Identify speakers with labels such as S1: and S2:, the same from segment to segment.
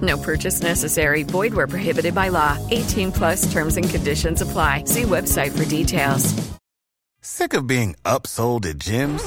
S1: No purchase necessary. Void where prohibited by law. 18 plus terms and conditions apply. See website for details.
S2: Sick of being upsold at gyms?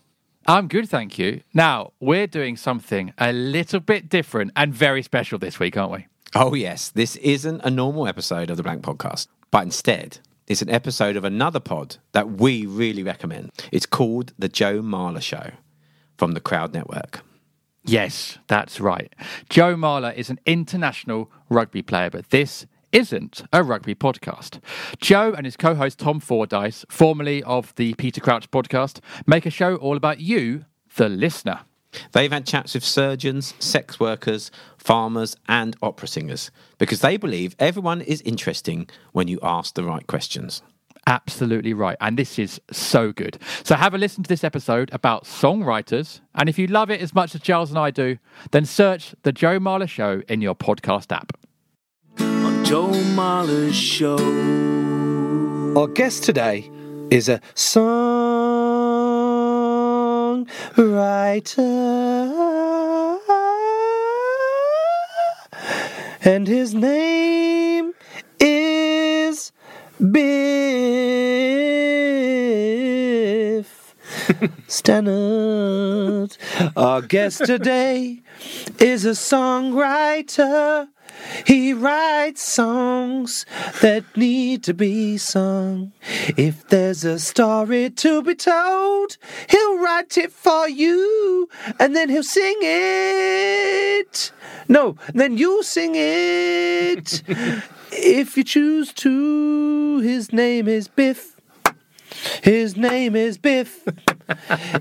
S3: I'm good, thank you. Now, we're doing something a little bit different and very special this week, aren't we?
S4: Oh, yes. This isn't a normal episode of the Blank Podcast, but instead, it's an episode of another pod that we really recommend. It's called The Joe Marler Show from the Crowd Network.
S3: Yes, that's right. Joe Marler is an international rugby player, but this isn't a rugby podcast. Joe and his co host Tom Fordyce, formerly of the Peter Crouch podcast, make a show all about you, the listener.
S4: They've had chats with surgeons, sex workers, farmers, and opera singers because they believe everyone is interesting when you ask the right questions.
S3: Absolutely right. And this is so good. So have a listen to this episode about songwriters. And if you love it as much as Giles and I do, then search The Joe Marler Show in your podcast app.
S5: on Joe Marler's show.
S6: Our guest today is a song writer, and his name is Biff Stannard. Our guest today is a songwriter. He writes songs that need to be sung. If there's a story to be told, he'll write it for you and then he'll sing it. No, then you sing it. if you choose to, his name is Biff. His name is Biff.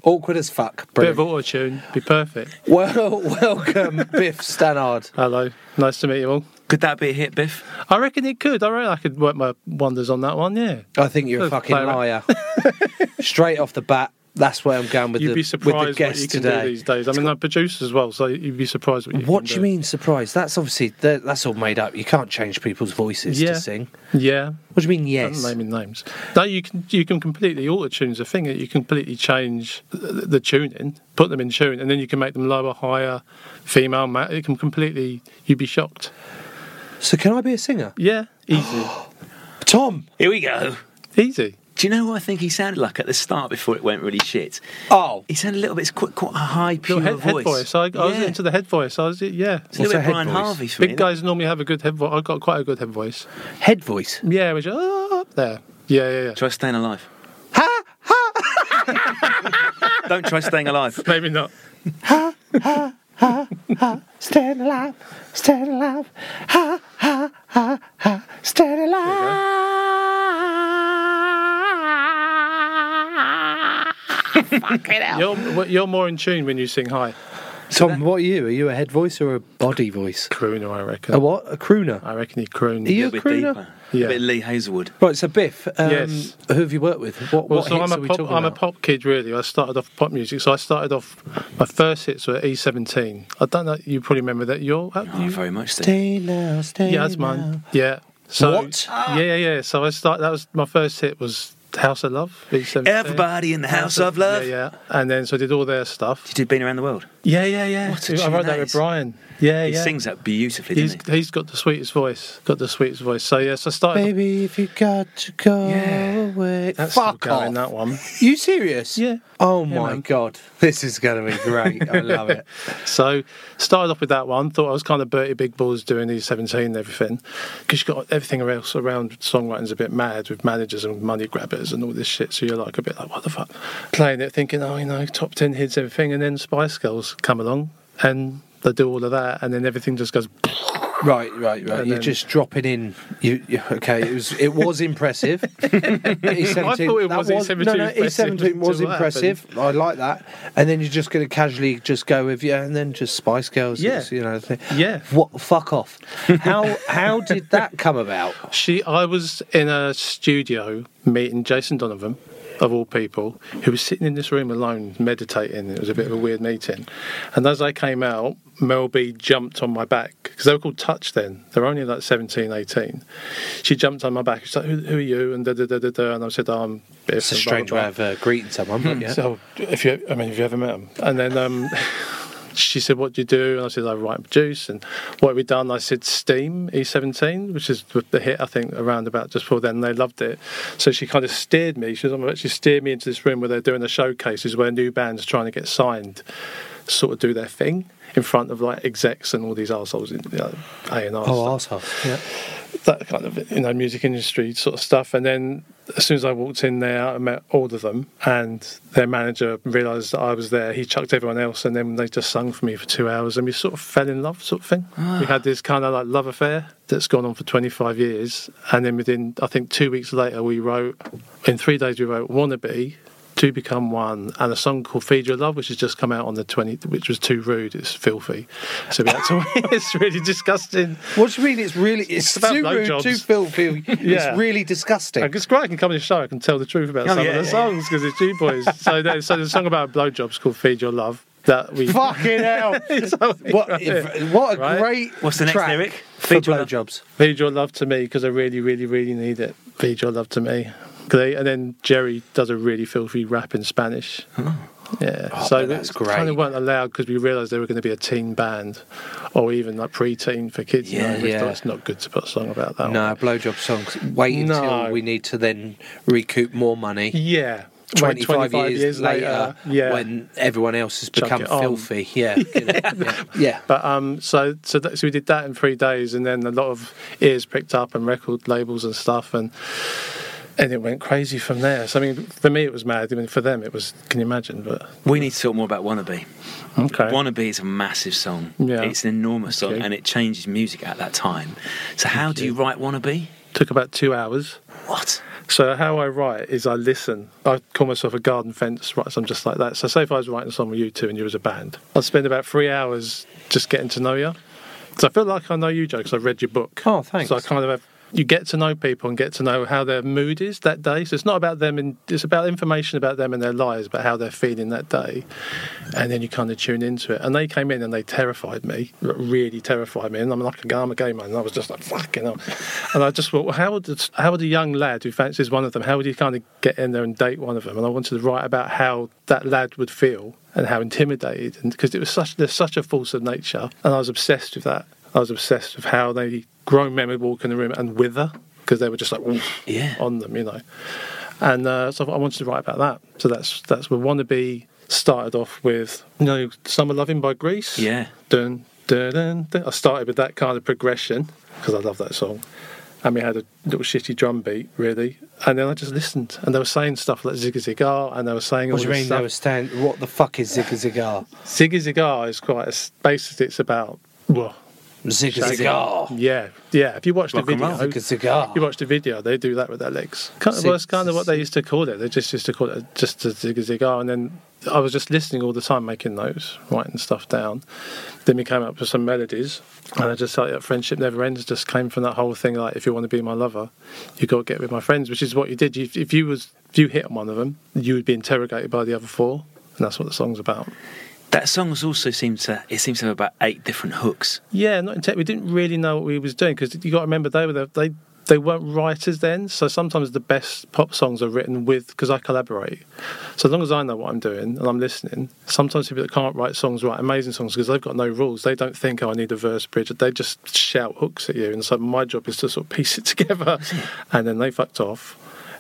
S6: Awkward as fuck.
S7: Bit of
S6: Brilliant.
S7: auto tune, be perfect.
S6: Well, welcome, Biff Stannard.
S7: Hello, nice to meet you all.
S5: Could that be a hit, Biff?
S7: I reckon it could. I reckon I could work my wonders on that one. Yeah,
S6: I think you're a
S7: Let's
S6: fucking
S7: play around.
S6: liar. Straight off the bat, that's where I'm going with
S7: you'd
S6: the
S7: be surprised
S6: with the guest
S7: what you can
S6: today.
S7: do these days. I mean, I produce as well, so you'd be surprised what you.
S6: what
S7: can
S6: do you mean surprised? That's obviously that- that's all made up. You can't change people's voices
S7: Yeah,
S6: to sing.
S7: yeah.
S6: What do you mean?
S7: I'm
S6: Yes.
S7: naming names. No, you can you can completely auto tune's a thing that you can completely change the, the tuning, put them in tune, and then you can make them lower, higher, female, male. It can completely. You'd be shocked.
S6: So can I be a singer?
S7: Yeah, easy,
S6: Tom.
S5: Here we go.
S7: easy.
S5: Do you know what I think he sounded like at the start before it went really shit?
S6: Oh.
S5: He sounded a little bit quite, quite a high, pure
S7: Little head, head
S5: voice.
S7: voice. I, I was
S5: Yeah.
S7: into the head voice. I was yeah.
S5: It's a little
S6: What's
S5: bit
S6: a
S5: Brian
S6: head voice?
S5: Harvey for me.
S7: Big guys normally have a good head voice. I've got quite a good head voice.
S6: Head voice.
S7: Yeah, which oh, up there. Yeah, yeah, yeah.
S5: Try staying alive. Don't try staying alive.
S7: Maybe not.
S6: Stand alive. Stand alive. Ha ha ha ha. Stand alive.
S7: You're well, you're more in tune when you sing high.
S6: Tom, what are you? Are you a head voice or a body voice?
S7: Crooner, I reckon.
S6: A what? A crooner.
S7: I reckon he crooned.
S6: Are you a
S5: bit
S6: crooner?
S5: deeper.
S7: Yeah.
S5: A bit Lee Hazelwood.
S6: Right, so Biff, um,
S7: Yes.
S6: who have you worked with? What,
S7: Well,
S6: what
S7: so I'm
S6: hits are
S7: a
S6: we
S7: pop.
S6: talking
S7: I'm a
S6: about?
S7: pop kid, really. I started off pop music, so I started off. My first hits were E17. I don't know. You probably remember that. You're. how-
S5: Oh,
S7: you-
S5: very much. so.
S6: Um, Stay now, stay
S7: yeah, that's mine. Yeah. So,
S6: What?
S7: Yeah, yeah, yeah. So I start. That was my first hit was
S6: House of Love. V17.
S8: Everybody in the House of Love.
S6: Yeah, yeah. And then so I did all their stuff.
S8: Did you do Been Around the World?
S6: Yeah, yeah, yeah.
S8: What a
S6: I
S8: tune
S6: wrote
S8: that
S6: that with
S8: is.
S6: Brian. Yeah,
S8: He
S6: yeah.
S8: sings that beautifully,
S6: He's,
S8: doesn't he?
S6: he's got the sweetest voice. Got the sweetest voice. So yes, I started.
S7: Baby, if you got to go
S6: Yeah.
S7: away.
S6: That's still
S7: Fuck
S6: going,
S7: off.
S6: that one.
S7: You serious?
S6: Yeah.
S7: Oh my
S6: man.
S7: god. This is going to be great. I love it.
S6: So started off with that one. Thought I was kind of Bertie Big Balls doing these 17 and everything. Because you've got everything else around songwriting's a bit mad with managers and money grabbers and all this shit. So you're like a bit like, what the fuck? Playing it thinking, oh, you know, top 10 hits, everything. And then Spice Girls come along and they do all of that. And then everything just goes,
S7: Right, right, right.
S6: And
S7: You're
S6: then-
S7: just dropping in. You, you okay? It was it was impressive. He's
S6: I thought it
S7: that
S6: wasn't
S7: No, no,
S6: 17
S7: E
S6: impressive
S7: seventeen was
S6: until that
S7: impressive. I like that. And then you're just going to casually just go with yeah, and then just Spice Girls.
S6: Yeah.
S7: you know. Thing.
S6: Yeah.
S7: What? Fuck off. How how did that come about?
S6: She, I was in a studio meeting Jason Donovan, of all people, who was sitting in this room alone meditating. It was a bit of a weird meeting. And as I came out, Mel B jumped on my back because they were called Touch then. They're only like 17, 18. She jumped on my back. She's like, Who, who are you? And da da da da da. And I said, oh, I'm Biff,"
S7: It's a
S6: and blah,
S7: strange
S6: blah, blah.
S7: way of uh, greeting someone. But yeah.
S6: So if you, I mean, if you ever met him, and then um, she said, "What do you do?" And I said, "I write and produce." And what have we done? I said, "Steam E17," which is the the hit I think around about just before then. They loved it, so she kind of steered me. She was she steered me into this room where they're doing the showcases where new bands trying to get signed, sort of do their thing in front of like execs and all these assholes in you know, A and R.
S7: oh, asshole. Yeah.
S6: that kind of you know music industry sort of stuff. And then as soon as I walked in there, I met all of them, and their manager realised that I was there. He chucked everyone else, and then they just sung for me for two hours, and we sort of fell in love, sort of thing. We had this kind of like love affair that's gone on for 25 years, and then within I think two weeks later, we wrote in three days we wrote "Wannabe." To become one, and a song called "Feed Your Love," which has just come out on the 20th, which was too rude. It's filthy, so we had to. it's really disgusting.
S7: What do you mean? It's really it's,
S6: It's about
S7: too rude,
S6: blowjobs.
S7: too filthy.
S6: Yeah.
S7: It's really disgusting.
S6: I guess great. I can come on the show. I can tell the truth about
S8: Oh,
S6: some
S8: yeah,
S6: of the
S8: yeah.
S6: songs because it's G Boys. so, there's, so there's a song about blowjobs called "Feed Your Love" that we.
S7: Fucking hell!
S6: So we
S7: what,
S6: wrote it.
S7: if, what a
S6: Right?
S7: great
S8: What's the next
S7: track
S8: lyric?
S7: for
S8: Feed your love.
S7: blowjobs.
S6: Feed your love to me because I really, really, really need it. Feed your love to me. They- And then Jerry does a really filthy rap in Spanish. Yeah, so
S7: but that's
S6: we kind
S7: great.
S6: of weren't allowed because we realised they were going to be a teen band, or even like pre-teen for kids. you
S7: Yeah,
S6: know, and we
S7: yeah.
S6: thought it's not good to put a song about that.
S7: No, blowjob songs. Wait until
S6: No.
S7: we need to then recoup more money.
S6: yeah, Wait
S7: 25, years, later,
S6: yeah,
S7: when everyone else has
S6: Chuck
S7: become
S6: it on.
S7: filthy. Yeah. you know, yeah. yeah.
S6: But um, so so, that, so we did that in three days, and then a lot of ears picked up and record labels and stuff, and and it went crazy from there. So I mean, for me it was mad. I mean, for them it was. Can you imagine? But
S8: We need to talk more about Wannabe.
S6: okay,
S8: Wannabe is a massive song.
S6: Yeah.
S8: It's an enormous song,
S6: Okay.
S8: and it changes music at that time. So, how do you write Wannabe?
S6: took about two hours.
S8: What?
S6: So how I write is I listen. I call myself a garden fence, right? So I'm just like that. So say if I was writing a song with you two and you was a band, I'd spend about three hours just getting to know you. Because I feel like I know you, Joe, because I read your book.
S7: Oh, thanks.
S6: So I kind of have. You get to know people and get to know how their mood is that day. So it's not about them, and it's about information about them and their lives, but how they're feeling that day. And then you kind of tune into it. And they came in and they terrified me, like, really terrified me. And I'm like a I'm a gay man, and I was just like fucking up. And I just thought, well, how would this- how would a young lad who fancies one of them, how would he kind of get in there and date one of them? And I wanted to write about how that lad would feel and how intimidated, and because it was such there's such a force of nature, and I was obsessed with that. I was obsessed with how they grown men would walk in the room and wither because they were just like oof,
S8: Yeah.
S6: on them, you know. And uh, so I wanted to write about that. So that's that's where wannabe started off with you know summer loving by Greece.
S8: Yeah.
S6: Dun, dun, dun, dun. I started with that kind of progression because I love that song. And we had a little shitty drum beat, really. And then I just listened. And they were saying stuff like Ziggy Zigar, and they were saying
S7: What
S6: all
S7: do you
S6: this
S7: mean?
S6: stuff.
S7: They were stand. What the fuck is Zigga Zigar?
S6: Ziggy Zigar is quite a, basically it's about, well,
S7: Zigga Zigar.
S6: yeah, yeah. If you watch the
S8: Rock and
S6: video,
S8: roll.
S7: Zigga Zigar.
S6: you watch the video, they do that with their legs. Kind of,
S7: Zig-
S6: well, it's kind of what they used to call it. They just used to call it just a zigga zigar. And then I was just listening all the time, making notes, writing stuff down. Then we came up with some melodies, and I just felt that friendship never ends. Just came from that whole thing. Like, if you want to be my lover, you got to get with my friends, which is what you did. You, if you was if you hit on one of them, you would be interrogated by the other four, and that's what the song's about.
S8: That song also seems to it seems to have about eight different hooks.
S6: Yeah, not in tech. We didn't really know what we was doing because you got to remember they were the, they they weren't writers then, so sometimes the best pop songs are written with because I collaborate. So as long as I know what I'm doing and I'm listening, sometimes people that can't write songs write amazing songs because they've got no rules. They don't think, oh, I need a verse bridge. They just shout hooks at you, and so my job is to sort of piece it together, and then they fucked off.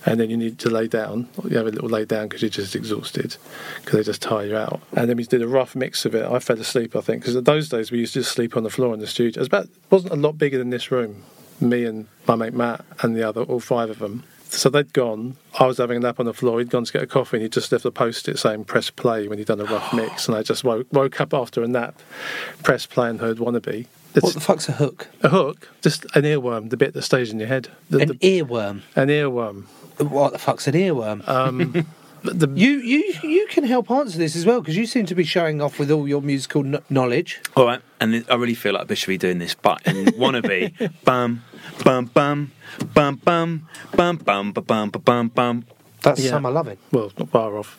S6: And then you need to lay down. You have a little lay down because you're just exhausted, because they just tire you out. And then we did a rough mix of it. I fell asleep, I think, because in those days we used to just sleep on the floor in the studio. It was about, wasn't a lot bigger than this room me and my mate Matt and the other, all five of them. So they'd gone. I was having a nap on the floor. He'd gone to get a coffee, and he just left a post-it saying "press play" when he'd done a rough mix. And I just woke, woke up after a nap, press play, and heard "wannabe." It's
S7: What the fuck's a hook?
S6: a hook, just an earworm, the bit that stays in your head. The,
S7: An
S6: the-
S7: earworm.
S6: an earworm.
S7: What the fuck's an earworm?
S6: But Um, the-
S7: you you you can help answer this as well because you seem to be showing off with all your musical kn- knowledge.
S8: All right, and th- I really feel like I should be doing this, but in wannabe, bum, bum, bum, bum, bum, bum, bum, ba- bum, ba- bum, bum.
S7: That's
S6: Yeah.
S7: summer loving.
S6: well, not far off.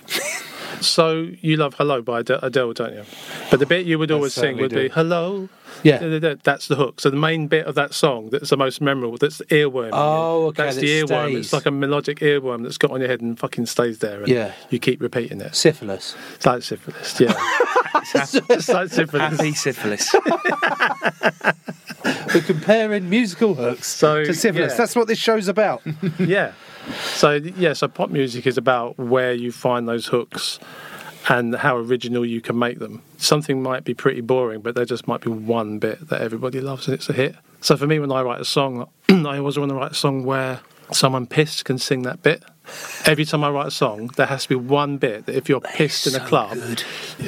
S6: so you love "Hello" by Ade- Adele, don't you? But the bit you would always sing
S7: certainly
S6: would be
S7: do.
S6: "Hello."
S7: Yeah.
S6: Da- da- da. that's the hook. So the main bit of that song that's the most memorable. That's the earworm. in
S7: Oh,
S6: you.
S7: okay,
S6: That's
S7: that
S6: the earworm.
S7: stays.
S6: It's like a melodic earworm that's got on your head and fucking stays there. And
S7: Yeah.
S6: You keep repeating it.
S7: Syphilis.
S6: It's like syphilis. Yeah. it's like syphilis.
S8: Happy syphilis.
S7: We're comparing musical hooks
S6: So,
S7: to syphilis.
S6: yeah.
S7: That's what this show's about.
S6: yeah. So yeah, so pop music is about where you find those hooks and how original you can make them. Something might be pretty boring, but there just might be one bit that everybody loves and it's a hit. So for me, when I write a song, I always want to write a song where someone pissed can sing that bit. Every time I write a song, there has to be one bit that if you're pissed in a club.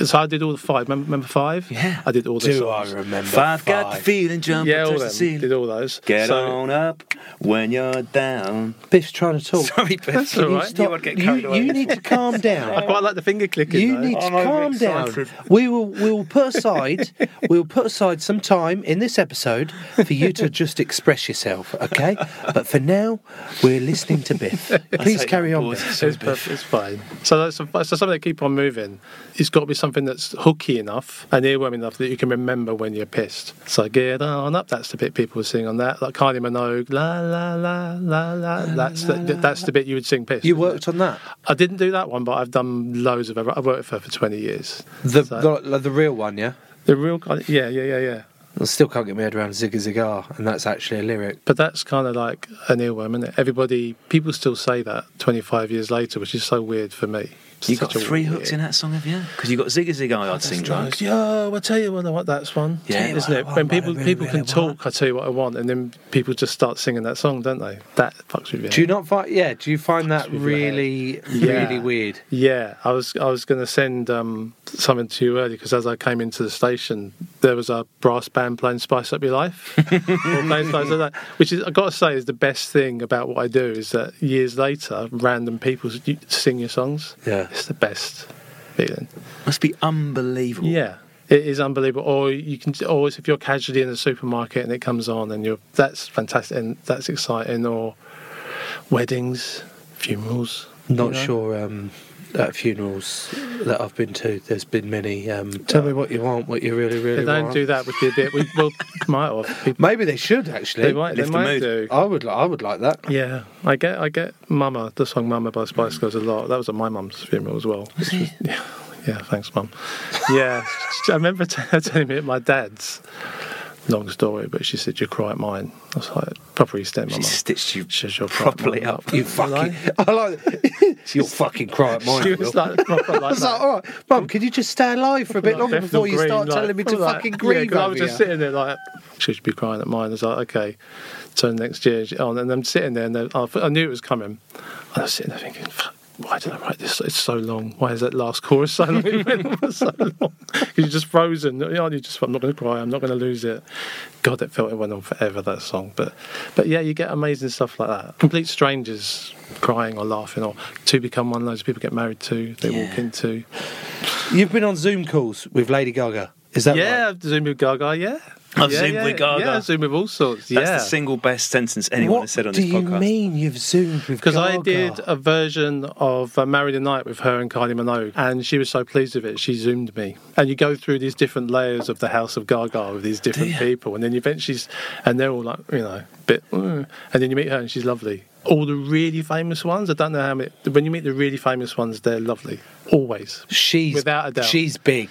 S6: So I did all the five. Remember, remember five?
S8: Yeah.
S6: I did all the
S7: Do I
S6: songs.
S7: remember?
S8: Five got the feeling, jump
S6: yeah,
S8: yeah,
S6: all
S8: touch the
S6: them.
S8: ceiling.
S6: Did all those.
S8: Get
S6: So-
S8: on up when you're down.
S7: Biff's trying to talk.
S8: Sorry, Biff.
S6: That's all
S8: You
S6: right.
S8: stop- You,
S7: You, you need to calm
S6: I
S7: down.
S6: quite like the finger clicking.
S7: You
S6: though.
S7: need to
S8: I'm over
S7: calm down.
S8: excited.
S7: We will we will put aside we will put aside some time in this episode for you to just express yourself, okay? But for now, we're listening to Biff. Please
S8: take
S7: carry
S8: that
S7: on.
S8: board.
S7: Biff.
S8: Sorry,
S6: it's, perfect, it's fine. So that's so something that keep on moving. It's got to be something that's hooky enough and earworm enough that you can remember when you're pissed. So get on up. That's the bit people sing on that. Like Kylie Minogue, la la la la la. That's the, that's the bit you would sing pissed.
S7: You
S6: isn't it?
S7: worked on that.
S6: I didn't do that one, but I've done loads of. I've worked for her for twenty years.
S7: The,
S6: So-
S7: the, the real one, yeah?
S6: The real Kylie, yeah yeah yeah yeah.
S7: I still can't get my head around Zigga Zigar, and that's actually a lyric.
S6: But that's kind of like an earworm, isn't it? Everybody, people still say that 25 years later, which is so weird for me.
S8: you got three hooks in that song, have you? Because you got Zigga Zigga I'd sing drunk.
S6: Yeah, well, I tell you what I want. That's one.
S8: Yeah. Tell you
S6: isn't
S8: what I
S6: it?
S8: want,
S6: When
S8: what I
S6: people
S8: really,
S6: people can
S8: really
S6: talk,
S8: want.
S6: I tell you what I want, and then people just start singing that song, don't they? That fucks with you.
S7: Do you not find? Yeah, do you find that
S6: with your head.
S7: really,
S6: Yeah.
S7: really weird?
S6: Yeah, I was I was going to send um, something to you earlier because as I came into the station, there was a brass band playing "Spice Up Your Life," Or playing Spice Up Your Life, which is I got to say is the best thing about what I do is that years later, random people s- you- sing your songs.
S7: Yeah.
S6: it's the best feeling.
S8: Must be unbelievable.
S6: Yeah. It is unbelievable. Or you can always, if you're casually in the supermarket and it comes on, and you're that's fantastic and that's exciting. Or weddings, funerals.
S7: Not
S6: know?
S7: sure. Um, at funerals that I've been to, there's been many. Um, tell me what you want, what you really,
S6: They
S7: really
S6: don't
S7: want.
S6: do that with the bit. We, well, might have. People,
S7: Maybe they should actually.
S6: they might. They
S8: lift the
S6: might
S8: mood.
S6: do.
S7: I would. Li- I would like that.
S6: Yeah, I get. I get. Mama, the song "Mama" by Spice Girls a lot. That was at my mum's funeral as well. which was- yeah, yeah. Thanks, mum. Yeah, I remember t- her telling me at my dad's. Long story, but she said you cry at mine. I was like, proper East End, my
S8: She
S6: mum.
S8: stitched you
S6: She said, "You'll cry at
S8: properly
S6: mine."
S8: up.
S7: You fucking. I like. It's your fucking cry at mine.
S6: She
S7: Will.
S6: was like, proper
S7: I
S6: like
S7: was
S6: that.
S7: like, all right, mum, can you just stay alive for a bit
S6: Like
S7: longer
S6: Bethnal
S7: before you
S6: Green,
S7: start
S6: like-
S7: telling me to
S6: I was like-
S7: fucking
S6: yeah, 'cause
S7: grieve
S6: I
S7: over
S6: was
S7: you?
S6: just sitting there like, she should be crying at mine. I was like, okay, turn next year on. And I'm sitting there and then- I I knew it was coming. I was sitting there thinking, fuck. Why did I write this? It's so long. Why is that last chorus so long? It went on for so long. 'Cause you're just frozen. You know, you just, I'm not going to cry. I'm not going to lose it. God, it felt it went on forever that song. But, but yeah, you get amazing stuff like that. Complete strangers crying or laughing, or two become one. Loads of people get married to. They walk
S8: Yeah.
S6: into.
S7: You've been on Zoom calls with Lady Gaga. Is that
S6: yeah,
S7: right?
S6: I've zoomed with Gaga. Yeah,
S8: I've
S6: yeah,
S8: zoomed
S6: yeah,
S8: with Gaga.
S6: Yeah, I've zoomed with all sorts.
S8: That's
S6: yeah.
S8: the single best sentence anyone
S7: what
S8: has said on
S7: do
S8: this
S7: you
S8: podcast.
S7: mean you've zoomed with
S6: Because I
S7: Gaga?
S6: did a version of uh, Married the Night with her and Kylie Minogue, and she was so pleased with it, she zoomed me. And you go through these different layers of the House of Gaga with these different people, and then you eventually, s- and they're all like, you know, bit, "Mm," and then you meet her, and she's lovely. All the really famous ones, I don't know how many. When you meet the really famous ones, they're lovely, always.
S7: She's
S6: Without a doubt.
S7: She's big.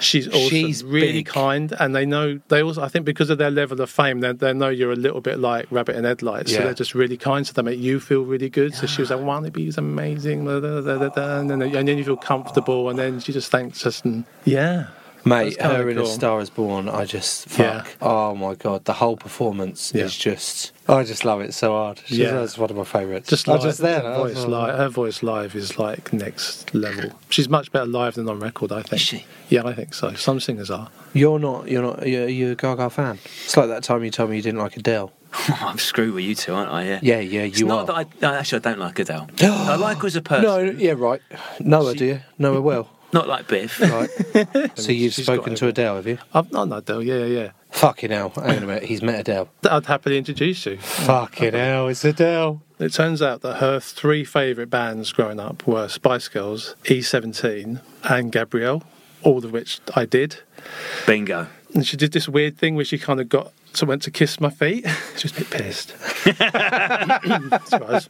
S6: She's also
S7: She's
S6: really
S7: big.
S6: kind, and they know they also. I think because of their level of fame, they, they know you're a little bit like rabbit and headlights, so
S7: Yeah.
S6: they're just really kind, so they make you feel really good. So she was like, "Wannabe is amazing," blah, blah, blah, blah, blah, and then and then you feel comfortable, and then she just thanks us, and yeah,
S7: Mate,
S6: That's kinda
S7: her in A
S6: cool.
S7: Star Is Born, I just
S6: Yeah.
S7: fuck. Oh my god, the whole performance
S6: Yeah.
S7: is just. I just love it so hard. She's,
S6: Yeah.
S7: that's one of my favourites.
S6: just
S7: I
S6: live,
S7: was Oh, just there.
S6: her
S7: I was
S6: voice
S7: like-
S6: live, her voice live is like next level. She's much better live than on record, I
S7: Is
S6: think.
S7: she?
S6: Yeah, I think so. Some singers are.
S7: You're not. You're not. You're, you're a Gaga fan. It's like that time you told me you didn't like Adele.
S8: I'm screwed with you two, aren't I? Yeah.
S7: Yeah, yeah,
S8: It's
S7: you
S8: not
S7: are.
S8: that I, no, actually I don't like Adele. I like her as a person.
S7: No, yeah, right. No idea. No, I will.
S8: Not like Biff.
S7: Right. so you've
S6: She's got
S7: spoken
S6: it.
S7: to Adele, have you?
S6: I've not that though. Yeah, yeah,
S7: Fucking hell. Hang on a minute. He's met Adele.
S6: yeah. I'd happily introduce you.
S7: Fucking hell. It's Adele.
S6: It turns out that her three favourite bands growing up were Spice Girls, E17, and Gabrielle, all of which I did.
S8: Bingo.
S6: And she did this weird thing where she kind of got to went to kiss my feet. she was a bit pissed. Surprise.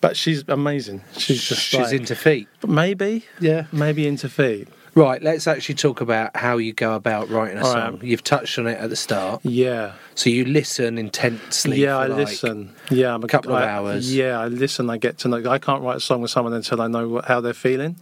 S6: but she's amazing. She's just
S7: She's
S6: like-
S7: into feet.
S6: maybe, yeah, maybe into feet.
S7: Right. Let's actually talk about how you go about writing a
S6: All
S7: song.
S6: right.
S7: You've touched on it at the start.
S6: Yeah.
S7: So you listen intensely.
S6: Yeah,
S7: for
S6: I
S7: like-
S6: listen. Yeah, I'm a
S7: couple of
S6: I-
S7: hours.
S6: Yeah, I listen. I get to know. I can't write a song with someone until I know what, how they're feeling.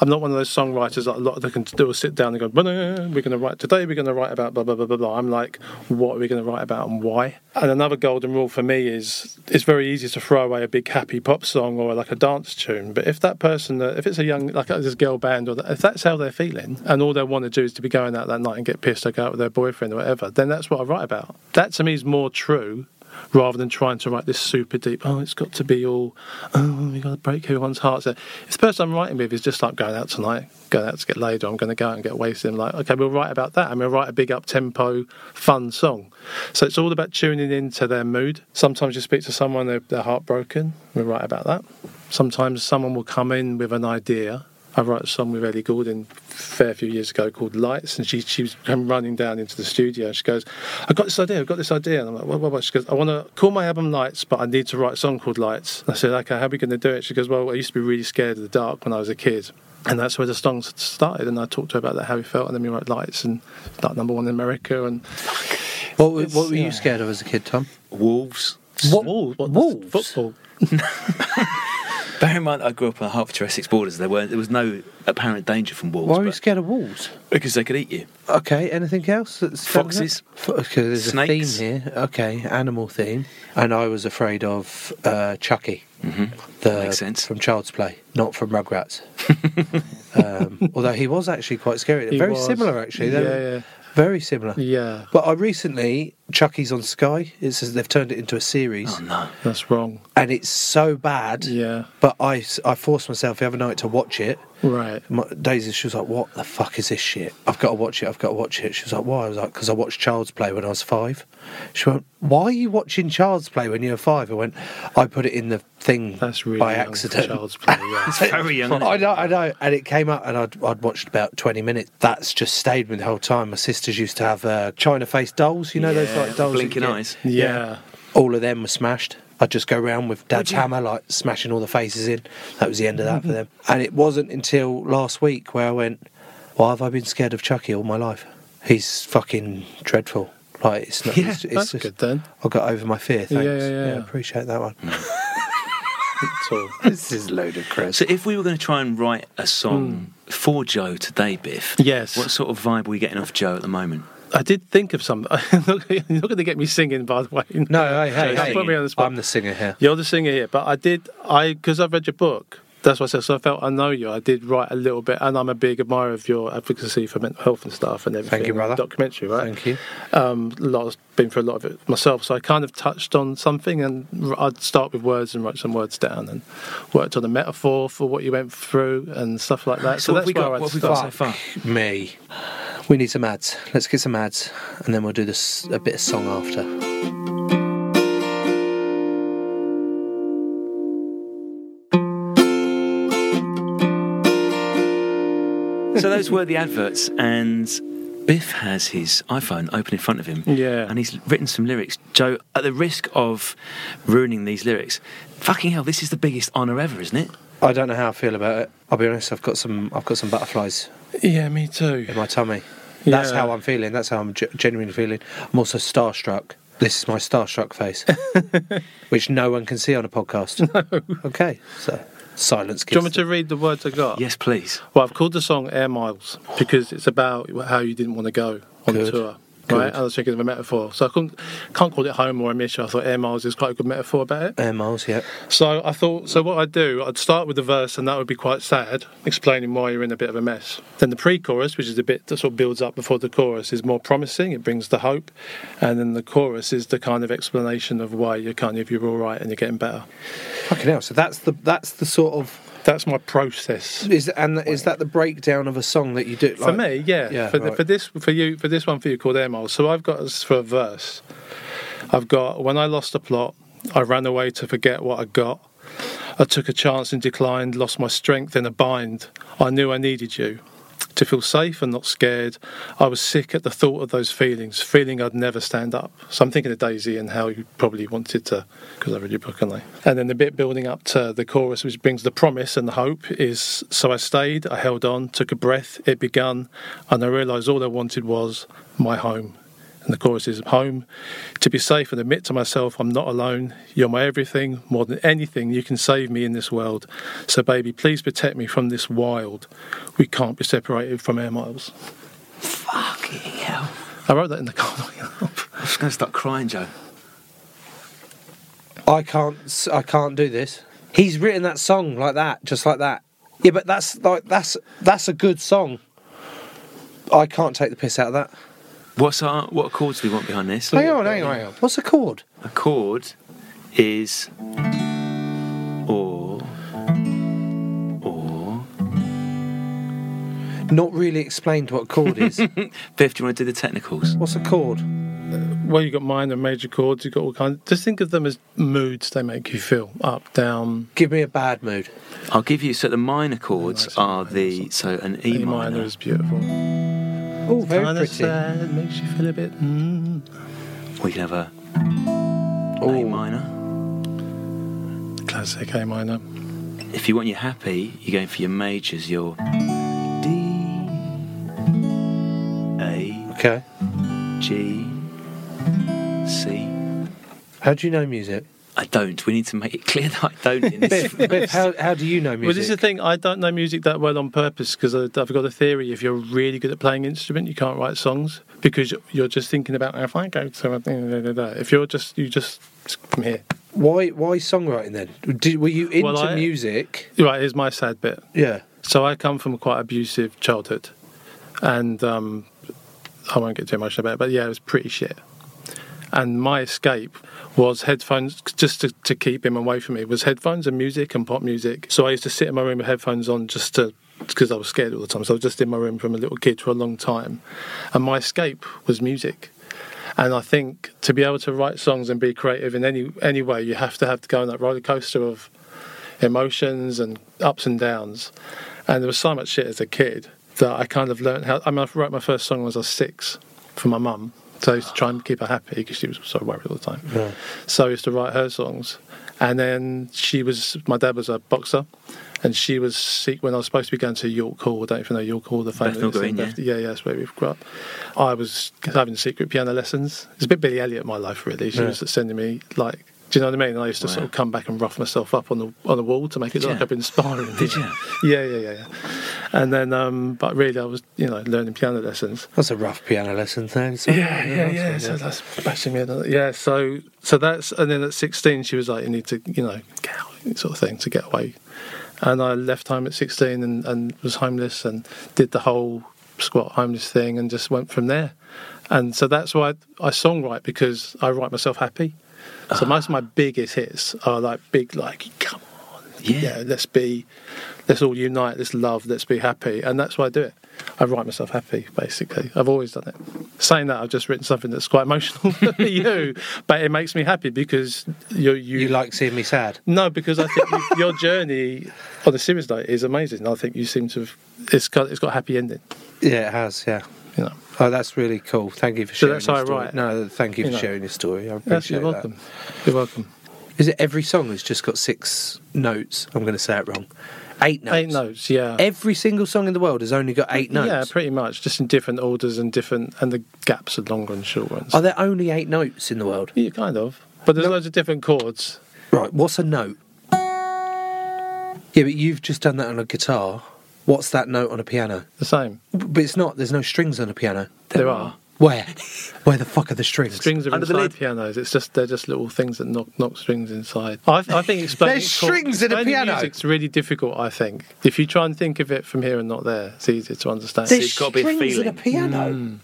S6: I'm not one of those songwriters that a lot that can do will sit down and go, "Ba-da, "We're going to write today. We're going to write about blah blah blah blah blah." I'm like, "What are we going to write about and why?" And another golden rule for me is it's very easy to throw away a big happy pop song or like a dance tune, but if that person, that- if it's a young like this girl band or that, if that's how they're feeling and all they want to do is to be going out that night and get pissed or go out with their boyfriend or whatever, then that's what I write about. That to me is more true rather than trying to write this super deep. Oh, it's got to be all. Oh, we got to break everyone's hearts. If the person I'm writing with is just like going out tonight, going out to get laid, or I'm going to go out and get wasted. I'm like, okay, we'll write about that, and we'll write a big up tempo, fun song. So it's all about tuning into their mood. Sometimes you speak to someone, they're, they're heartbroken. We write about that. Sometimes someone will come in with an idea. I wrote a song with Ellie Goulding a fair few years ago called Lights, and she she was come running down into the studio. and She goes, "I've got this idea, I've got this idea," and I'm like, "What? What?" what? She goes, "I want to call my album Lights, but I need to write a song called Lights." And I said, "Okay, how are we going to do it?" She goes, "Well, I used to be really scared of the dark when I was a kid." And that's where the song started, and I talked to her about that, how we felt, and then we wrote Lights, and that number one in America, and
S7: What, were- what
S6: It's-
S7: were you
S6: yeah.
S7: scared of as a kid, Tom?
S8: Wolves.
S7: What-
S6: Wolves, what-
S7: Wolves?
S6: football.
S8: Bear in mind, I grew up on Hertfordshire Essex borders. There were there was no apparent danger from wolves.
S7: Why were you
S8: but-
S7: scared of wolves?
S8: Because they could eat you.
S7: Okay, anything else? That's
S8: Foxes.
S7: F- okay, there's
S8: Snakes.
S7: a theme here. Okay, animal theme. And I was afraid of uh, Chucky. The,
S8: Mm-hmm. Makes sense.
S7: From Child's Play, not from Rugrats. um, although he was actually quite scary.
S6: He
S7: very
S6: was.
S7: similar, actually. They
S6: Yeah,
S7: were
S6: yeah.
S7: Very similar.
S6: Yeah.
S7: But I recently, Chucky's on Sky. It says they've turned it into a series.
S8: Oh no.
S6: That's wrong.
S7: And it's so bad.
S6: Yeah.
S7: But I, s- I forced myself the other night to watch it.
S6: Right.
S7: My, Daisy, she was like, "What the fuck is this shit? I've got to watch it. I've got to watch it." She was like, "Why?" I was like, "Because I watched Child's Play when I was five. She went, "Why are you watching Child's Play when you're five? I went, "I put it in the thing
S6: That's really
S7: by
S6: young for
S7: accident."
S6: Child's play. Yeah.
S8: Very young. isn't it?
S7: I know, I know, and it came up, and I'd, I'd watched about twenty minutes. That's just stayed with me the whole time. My sisters used to have uh, China face dolls, you know those
S8: Yeah,
S7: like dolls, that
S8: blinking
S7: you get-
S8: eyes.
S6: yeah.
S7: all of them were smashed. I'd just go around with Dad's hammer, like smashing all the faces in. That was the end of that for them. And it wasn't until last week where I went, Why have I been scared of Chucky all my life? He's fucking dreadful. Like, it's not.
S6: Yeah,
S7: it's, it's
S6: that's
S7: just,
S6: good then.
S7: I got over my fear. Thanks.
S6: Yeah, yeah, yeah.
S7: I appreciate that one.
S6: That's all.
S7: this is ludicrous.
S8: So if we were going to try and write a song for Joe today, Biff.
S6: Hmm. Yes.
S8: What sort of vibe are we getting off Joe at the moment?
S6: I did think of something. You're not going to get me singing, by the way.
S7: No, hey, hey,
S6: Don't
S7: hey.
S6: put me on the spot.
S7: I'm the singer here.
S6: You're the singer here, but I did I because I've read your book. That's why I said so. I felt I know you. I did write a little bit, and I'm a big admirer of your advocacy for mental health and stuff and everything.
S7: you, brother.
S6: Documentary, right?
S7: Thank you.
S6: Um, a lot, of- been through a lot of it myself, so I kind of touched on something, and r- I'd start with words and write some words down, and worked on a metaphor for what you went through and stuff like that.
S8: So, what
S6: Uh, that's
S8: have we
S6: where
S8: got?
S6: I'd
S8: What have we got so
S6: start.
S8: far?
S7: Me. We need some ads. Let's get some ads, and then we'll do this a bit of song after.
S8: So those were the adverts, and Biff has his iPhone open in front of him.
S6: Yeah.
S8: And he's written some lyrics. Joe, at the risk of ruining these lyrics, fucking hell, this is the biggest honour ever, isn't it?
S7: I don't know how I feel about it. I'll be honest. I've got some. I've got some butterflies
S6: Yeah, me too.
S7: in my tummy. That's
S6: Yeah.
S7: how I'm feeling. That's how I'm ge- genuinely feeling. I'm also starstruck. This is my starstruck face, which no one can see on a podcast. Okay, so silence.
S6: Do you
S7: Gives
S6: want me to read the words I got?
S8: Yes, please.
S6: Well, I've called the song Air Miles because it's about how you didn't want to go on
S7: Good.
S6: tour.
S7: Good.
S6: Right, I was thinking of a metaphor, so I couldn't, can't call it home or a mission. I thought air miles is quite a good metaphor about it.
S7: air miles. Yeah,
S6: So I thought, so what I'd do, I'd start with the verse, and that would be quite sad, explaining why you're in a bit of a mess. Then the pre chorus, which is the bit that sort of builds up before the chorus, is more promising, it brings the hope. And then the chorus is the kind of explanation of why you're kind of, you're all right and you're getting better.
S7: fucking hell. So that's the that's the sort of
S6: That's my process.
S7: is and is that the breakdown of a song that you do
S6: For
S7: like-
S6: me, yeah.
S7: yeah
S6: for, the-
S7: right.
S6: for this, for you, for this one for you called Air Miles. So I've got as for a verse. I've got when I lost the plot, I ran away to forget what I got. I took a chance and declined, lost my strength in a bind. I knew I needed you to feel safe and not scared. I was sick at the thought of those feelings, feeling I'd never stand up. So I'm thinking of Daisy and how you probably wanted to, because I read your book, and I. And then the bit building up to the chorus, which brings the promise and the hope, is so I stayed, I held on, took a breath, it begun, and I realised all I wanted was my home. And the chorus is home. To be safe and admit to myself I'm not alone. You're my everything. More than anything, you can save me in this world. So, baby, please protect me from this wild. We can't be separated from air miles.
S8: Fucking hell.
S6: I wrote that in the car.
S8: I'm just going to start crying, Joe.
S7: I can't s- I can't do this. He's written that song like that, just like that. Yeah, but that's like that's that's a good song. I can't take the piss out of that.
S8: What's our, what chords do we want behind this?
S7: Hang on, hang on, hang on. What's the chord?
S8: A chord is or or.
S7: Not really explained what chord is.
S8: Biff, do you want to do the technicals?
S7: What's a chord?
S6: well, you've got minor and major chords, you've got all kinds. Just think of them as moods they make you feel up, down.
S7: Give me a bad mood.
S8: I'll give you. So the minor chords
S6: it's a
S8: are
S6: minor,
S8: the so an E,
S6: E minor,
S8: minor.
S6: is beautiful.
S7: Oh, very
S6: Kinda
S7: pretty.
S6: sad, makes you feel a bit. Mm.
S8: We can have a A
S7: Oh,
S8: minor.
S6: Classic A minor.
S8: If you want your happy, you're going for your majors. Your D A
S7: okay.
S8: G C.
S7: How do you know music?
S8: I don't. We need to make it clear that I don't. In this.
S7: Biff, Biff, how, how do you know music?
S6: Well, this is the thing. I don't know music that well on purpose because I've got a theory. If you're really good at playing instrument, you can't write songs because you're just thinking about if I go to a thing, da, da, da." if you're just you just from here.
S7: Why why songwriting then? Did, were you into
S6: Well, I-
S7: music?
S6: Right, here's my sad bit.
S7: Yeah.
S6: So I come from quite abusive childhood, and um, I won't get too much about it. But yeah, it was pretty shit. And my escape was headphones, just to, to keep him away from me. Was headphones and music and pop music. So I used to sit in my room with headphones on, just to because I was scared all the time. So I was just in my room from a little kid for a long time, and my escape was music. And I think to be able to write songs and be creative in any any way, you have to have to go on that roller coaster of emotions and ups and downs. And there was so much shit as a kid that I kind of learned how. I mean, I wrote my first song when I was six for my mum. So I used to try and keep her happy because she was so worried all the time. So I used to write her songs. And then she was, my dad was a boxer. And she was sick when I was supposed to be going to York Hall. I don't know if you know York Hall, the famous.
S8: Bethnal Green, yeah.
S6: yeah, that's where we grew up. I was having secret piano lessons. It's a bit Billy Elliot, my life, really. She was sending me, like, do you know what I mean? And I used to sort of come back and rough myself up on the on the wall to make it
S8: Did
S6: look like
S8: ya?
S6: I've been sparring.
S8: Did ya?
S6: Yeah, yeah, yeah, yeah. And then, um, but really, I was, you know, learning piano lessons.
S7: That's a rough piano lesson thing. So-
S6: Yeah, yeah, yeah. So that's bashing me. another- Yeah, so so that's and then at sixteen she was like, you need to, you know, get out, sort of thing to get away. And I left home at sixteen and, and was homeless and did the whole squat homeless thing and just went from there. And so that's why I, I songwrite Ah. because I write myself happy. So most of my biggest hits are like big, like come on,
S8: Yeah.
S6: let's be, let's all unite, let's love, let's be happy, and that's why I do it. I write myself happy, basically. I've always done it. Saying that, I've just written something that's quite emotional for you, but it makes me happy because you you,
S7: You like seeing me sad?
S6: no, because I think you, your journey on a serious note is amazing. I think you seem to have it's got it's got a happy ending.
S7: Yeah, it has. Yeah.
S6: You know,
S7: Oh, that's really cool. Thank you for
S6: So
S7: sharing.
S6: that's
S7: your
S6: how I
S7: story.
S6: write.
S7: No, thank you for
S6: You know.
S7: sharing your story. I
S6: yes,
S7: appreciate
S6: you're
S7: that.
S6: welcome. You're welcome.
S7: Is it every song has just got six notes? I'm going to say it wrong. Eight notes.
S6: Eight notes, yeah.
S7: Every single song in the world has only got eight notes.
S6: Yeah, pretty much, just in different orders and different, and the gaps are longer and shorter. And
S7: Are
S6: stuff.
S7: there only eight notes in the world?
S6: yeah, kind of, but there's loads of different chords.
S7: Right. What's a note? Yeah, but you've just done that on a guitar. What's that note on a piano?
S6: The same.
S7: But it's not. There's no strings on a piano.
S6: There, are
S7: Where? Where the fuck are the strings?
S6: strings are
S7: Under the
S6: inside
S7: lid.
S6: pianos. It's just they're just little things that knock knock strings inside. I, I think explaining
S7: There's
S6: chord-
S7: strings in a
S6: explaining
S7: piano.
S6: Music's really difficult. I think if you try and think of it from here and not there, it's easier to understand. Hmm.
S7: There's
S8: gotta be a
S7: strings in a
S8: feeling.
S7: piano.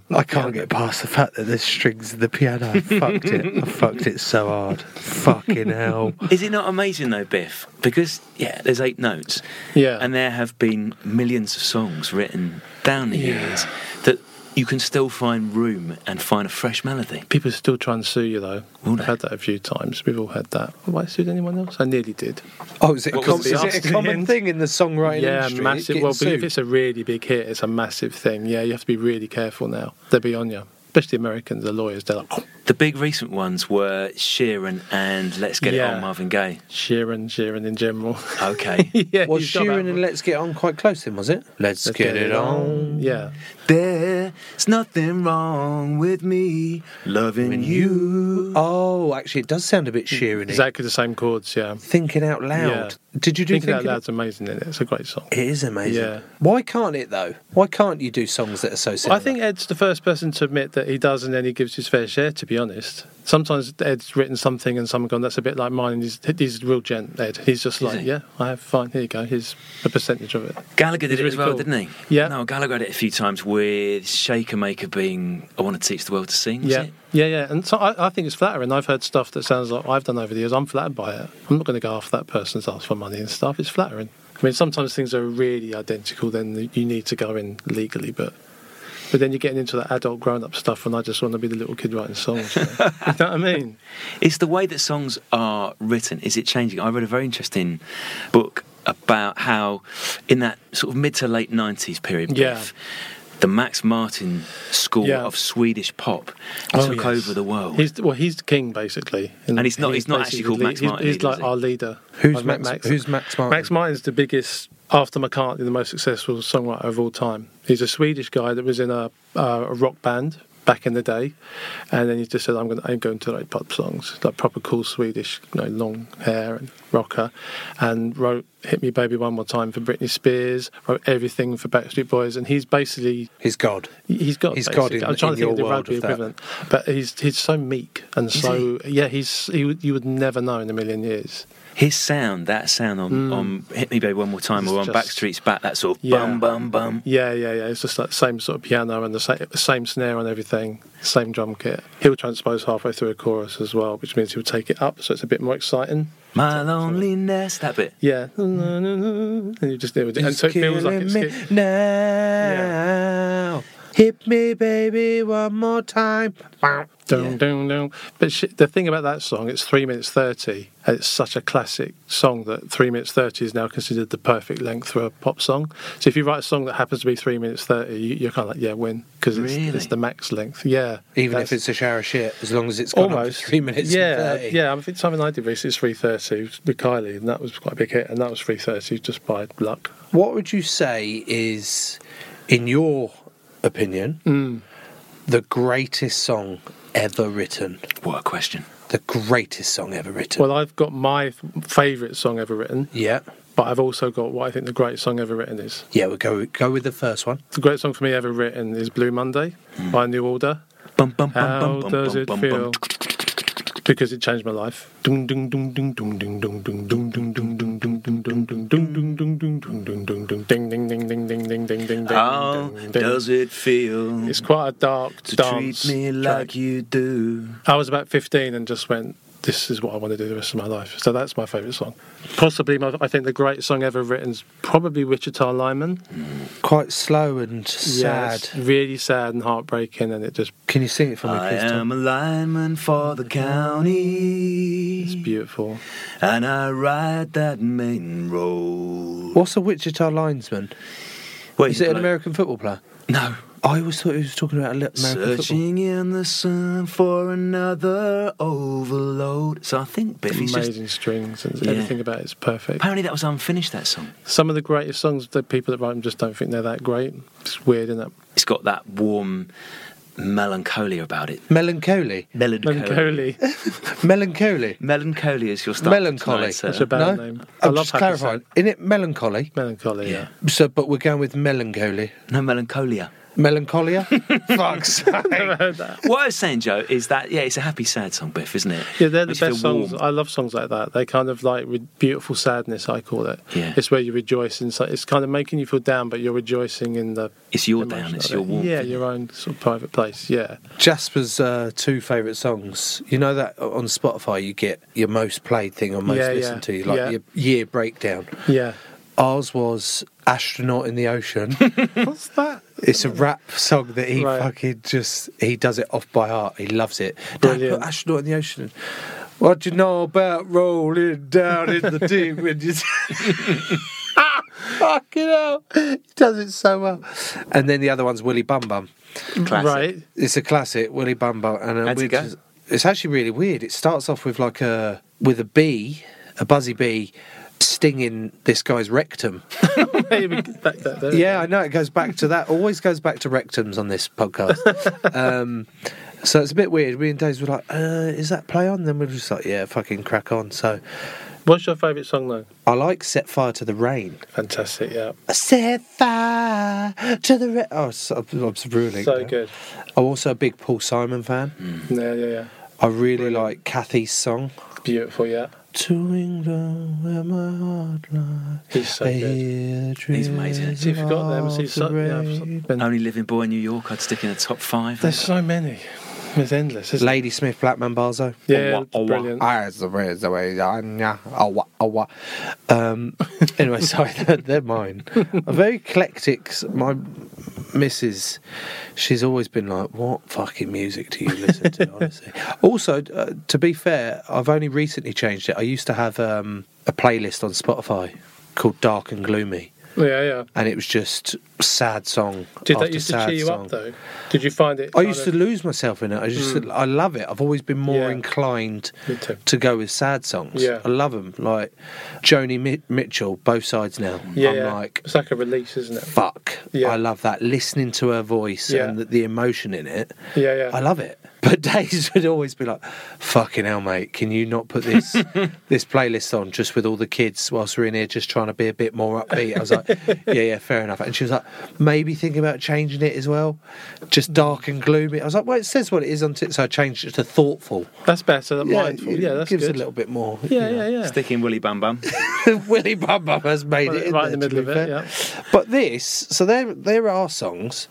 S6: yeah,
S7: I can't get past the fact that there's strings in the piano. I fucked it. I fucked it so hard. Fucking hell.
S8: Is it not amazing though, Biff? Because yeah, there's eight notes.
S6: Yeah.
S8: And there have been millions of songs written down the years that you can still find room and find a fresh melody.
S6: People still try and sue you though.
S8: Will
S6: I've
S8: they?
S6: had that a few times. We've all had that. Have I sued anyone else? I nearly did.
S7: Oh, is it, a,
S8: What
S7: com-
S8: was the
S7: is it
S8: answer
S7: a
S8: in
S6: the
S7: common
S6: end?
S7: thing in the songwriting
S6: yeah,
S7: industry?
S6: massive.
S7: Getting
S6: Well,
S7: sued?
S6: if it's a really big hit, it's a massive thing. Yeah, you have to be really careful now. They'll be on you. Especially Americans, the lawyers, they're like, oh,
S8: The big recent ones were Sheeran and Let's Get It
S6: Yeah.
S8: On Marvin Gaye.
S6: Sheeran, Sheeran in general.
S8: Okay.
S6: yeah,
S7: was
S6: he's got that
S7: Sheeran and
S6: one.
S7: Let's Get On quite close then, was it? Let's,
S6: Let's
S7: get, it on.
S6: Yeah.
S8: There's nothing wrong with me loving you.
S7: Oh, actually, it does sound a bit Sheeran
S6: Mm, Exactly the same chords, yeah.
S7: Thinking Out Loud. Did you do
S6: Thinking
S7: Thinking,
S6: Out Loud's amazing, isn't it? It's a great song.
S7: It is amazing.
S6: Yeah.
S7: Why can't it, though? Why can't you do songs that are so similar?
S6: I think Ed's the first person to admit that he does, and then he gives his fair share. To be honest, sometimes Ed's written something, and someone gone, "That's a bit like mine." And he's, he's real gent, Ed. He's just like,
S8: he?
S6: "Yeah, I have fine. Here you go. Here's a percentage of it."
S8: Gallagher did
S6: He's
S8: it as
S6: really
S8: well,
S6: cool.
S8: didn't he?
S6: Yeah.
S8: No, Gallagher did it a few times with Shaker Maker being I Want to Teach the World to Sing. was
S6: Yeah,
S8: it?
S6: yeah, yeah. And so I, I think it's flattering. I've heard stuff that sounds like I've done over the years. I'm flattered by it. I'm not going to go after that person's asked for money and stuff. It's flattering. I mean, sometimes things are really identical, then you need to go in legally, but. But then you're getting into that adult grown up stuff, and I just want to be the little kid writing songs. You know, you know what I mean?
S8: It's the way that songs are written. Is it changing? I read a very interesting book about how, in that sort of mid to late nineties period,
S6: Yeah.
S8: Biff, the Max Martin school
S6: Yeah.
S8: of Swedish pop took
S6: Oh, yes.
S8: over the world.
S6: He's well, he's the king basically,
S8: And he's not- he's not actually
S6: basically
S8: called
S6: the
S8: Max
S6: lead-
S8: Martin
S6: He's, he's
S8: either,
S6: like
S8: is he?
S6: our leader.
S7: Who's
S6: I've met
S7: Max, Who's Max Martin?
S6: Max Martin's the biggest, after McCartney, the most successful songwriter of all time. He's a Swedish guy that was in a, uh, a rock band back in the day, and then he just said, "I'm going, I'm going to write pop songs, like proper cool Swedish, you know, long hair and rocker," and wrote "Hit Me Baby One More Time" for Britney Spears, wrote everything for Backstreet Boys, and he's basically
S7: He's God.
S6: He's got.
S7: He's God in-
S6: I'm trying
S7: in
S6: to think
S7: your
S6: of the
S7: world
S6: rugby
S7: of that.
S6: equivalent, but he's he's so meek and so yeah. He's he, would- you would never know in a million years.
S8: His sound, that sound on, on Hit Me Baby One More Time
S6: Mm. It's
S8: or on
S6: just-
S8: Backstreet's Back, that sort of
S6: Yeah.
S8: bum bum bum.
S6: Yeah, yeah, yeah. It's just that same sort of piano and the same, same snare and everything, same drum kit. He'll transpose halfway through a chorus as well, which means he'll take it up, so it's a bit more exciting.
S8: My loneliness, that bit.
S6: Yeah, and you just do it, and so it feels like it's.
S7: me now. Hit me, baby, one more time.
S6: Dun, dun, dun. But sh- the thing about that song, it's three minutes thirty, and it's such a classic song that three minutes thirty is now considered the perfect length for a pop song. So if you write a song that happens to be three minutes thirty, you, you're kind of like, yeah, win, because it's,
S8: Really?
S6: it's the max length. Yeah,
S7: Even
S6: that's
S7: if it's a shower of shit, as long as it's gone up to three minutes.
S6: Yeah,
S7: and 30.
S6: yeah. I think something I did recently is three thirty with Kylie, and that was quite a big hit, and that was three thirty just by luck.
S7: What would you say is, in your opinion, the greatest song ever written?
S8: What a question.
S7: The greatest song ever written.
S6: Well, I've got my favourite song ever written,
S7: yeah,
S6: but I've also got what I think the greatest song ever written is.
S7: yeah. We'll go go with the first one.
S6: The greatest song for me ever written is Blue Monday by New Order
S8: Bum bum bum
S6: How
S8: bum bum
S6: does
S8: bum
S6: it
S8: bum
S6: feel?
S8: bum.
S6: because it changed my life. Dun, dun, dun, dun, dun, dun, dun, dun, dun, dun, dun, dun, dun, dun, dun, dun, dun, dun, dun, dun, dun, dun, dun, dun, ding, ding, ding, ding, ding, ding, ding, ding,
S8: How
S6: ding, ding.
S8: does it feel?
S6: It's quite a dark
S8: to
S6: dance.
S8: treat me
S6: track.
S8: like you do.
S6: I was about 15 and just went,
S7: this is what I want to do the rest of my life. So that's my favourite song. Possibly, my, I think the greatest song ever written's probably Wichita Lineman.
S6: Quite slow and
S7: Yeah,
S6: sad.
S7: it's really sad and heartbreaking, and it just
S6: Can you sing it for me,
S8: I
S6: please? Tom?
S8: am a lineman for the
S7: it's
S8: county,
S7: beautiful.
S8: and I ride that main road.
S6: What's a Wichita linesman?
S8: Wait,
S6: Is it an
S8: like-
S6: American football player?
S8: No.
S6: I always thought he was talking about a li- American football.
S8: Searching in the sun for another overload. So I think Biffy's
S7: Amazing
S8: just.
S7: strings and
S8: Yeah.
S7: everything about it's perfect.
S8: Apparently that was unfinished. That song.
S7: Some of the greatest songs, the people that write them just don't think they're that great. It's weird, isn't it?
S8: It's got that warm melancholia about it.
S6: Melancholy.
S8: Melancholy.
S7: Melancholy.
S6: Melancholy.
S8: Melancholy is your style.
S6: Melancholy.
S7: That's a bad
S6: no?
S7: name. I
S6: I'm
S7: love
S6: just
S7: Happy
S6: clarifying. In it, melancholy.
S7: Melancholy, yeah.
S6: So, but we're going with melancholy.
S8: No melancholia.
S6: Melancholia. Fuck's sake.
S8: what I was saying, Joe, is that yeah, it's a happy, sad song, Biff, isn't it?
S7: Yeah, they're the
S8: Makes you
S7: best
S8: feel
S7: songs.
S8: warm.
S7: I love songs like that. They kind of like with beautiful sadness. I call it.
S8: Yeah.
S7: It's where you rejoice in. so- It's kind of making you feel down, but you're rejoicing in the.
S8: It's your
S7: emotion
S8: down.
S7: of
S8: It's
S7: it.
S8: your warmth.
S7: Yeah, your own sort of private place. Yeah.
S6: Jasper's uh, two favourite songs. You know that on Spotify you get your most played thing or most
S7: Yeah, yeah,
S6: listened to, like
S7: yeah.
S6: your year breakdown.
S7: Yeah.
S6: Ours was Astronaut in the Ocean.
S7: What's that?
S6: It's a rap song that he
S7: Right.
S6: fucking just he does it off by heart. He loves it. Dad
S7: Brilliant.
S6: put astronaut in the ocean. What do you know about rolling down in the deep? And you fucking hell, he does it so well. And then the other one's Willy Bum Bum.
S8: Classic.
S7: Right.
S6: It's a classic Willy Bum Bum, and uh,
S8: How'd it
S6: we
S8: go?
S6: just- it's actually really weird. It starts off with like a with a bee, a buzzy bee, stinging this guy's rectum.
S7: Hey, we get back that there.
S6: Yeah, I know. It goes back to that. Always goes back to rectums on this podcast. um, so it's a bit weird. Me and Dave's were like, uh, "Is that play on?" Then we were just like, "Yeah, fucking crack on." So
S7: What's your favourite song though?
S6: I like "Set Fire to the Rain."
S7: Fantastic. Yeah.
S6: Set fire to the rain. Oh, so- I'm ruling.
S7: so
S6: now.
S7: good. Mm.
S6: I'm also a big Paul Simon fan.
S7: Yeah, yeah, yeah.
S6: I really like Kathy's song.
S7: Beautiful. Yeah.
S6: To England, where my heart lies.
S7: He's so
S6: I
S7: good.
S6: hear
S8: He's amazing.
S6: dreams
S7: See, forgot them. See,
S6: of
S7: so, yeah, I've
S6: rain.
S7: been-
S8: Only living boy in New York. I'd stick in the top five.
S7: there's so many. It's endless. Isn't it?
S6: Lady Smith, Black Mambazo.
S7: Yeah.
S8: Owa, owa.
S7: Brilliant.
S6: Eyes the way the way yeah. Oh, wha- oh, wha. Um, anyway, sorry, they're, they're mine. I'm very eclectic. My missus, she's always been like, "What fucking music do you listen to?" Honestly. also, uh, to be fair, I've only recently changed it. I used to have um, a playlist on Spotify called Dark and Gloomy,
S7: Yeah, yeah.
S6: and it was just sad song.
S7: Did
S6: after
S7: that used to
S6: sad
S7: cheer you
S6: song.
S7: up though? Did you find it?
S6: I
S7: kind
S6: used to
S7: of- Hmm.
S6: lose myself in it. I just, I love it. I've always been more
S7: Yeah.
S6: inclined
S7: Me too.
S6: to go with sad songs.
S7: Yeah.
S6: I love them. Like Joni Mi- Mitchell, both sides now.
S7: Yeah,
S6: I'm
S7: yeah.
S6: like,
S7: it's like a release, isn't it?
S6: fuck.
S7: Yeah.
S6: I love that. Listening to her voice
S7: Yeah.
S6: and the, the emotion in it.
S7: Yeah, yeah.
S6: I love it. But Days would always be like, fucking hell, mate, can you not put this this playlist on just with all the kids whilst we're in here just trying to be a bit more upbeat? I was like, yeah, yeah, fair enough. And she was like, maybe think about changing it as well, just dark and gloomy. I was like, well, it says what it is on it. So I changed it to thoughtful.
S7: That's better. That yeah, mindful.
S6: it
S7: Yeah, that's
S6: gives
S7: good.
S6: a little bit more.
S7: Yeah, yeah, yeah.
S8: Sticking Willy Bum Bum.
S6: Willy Bum Bum has made
S7: Right-
S6: it in
S7: right
S6: there,
S7: in the
S6: to
S7: middle
S6: be
S7: of it,
S6: fair. But this, so there, there are songs.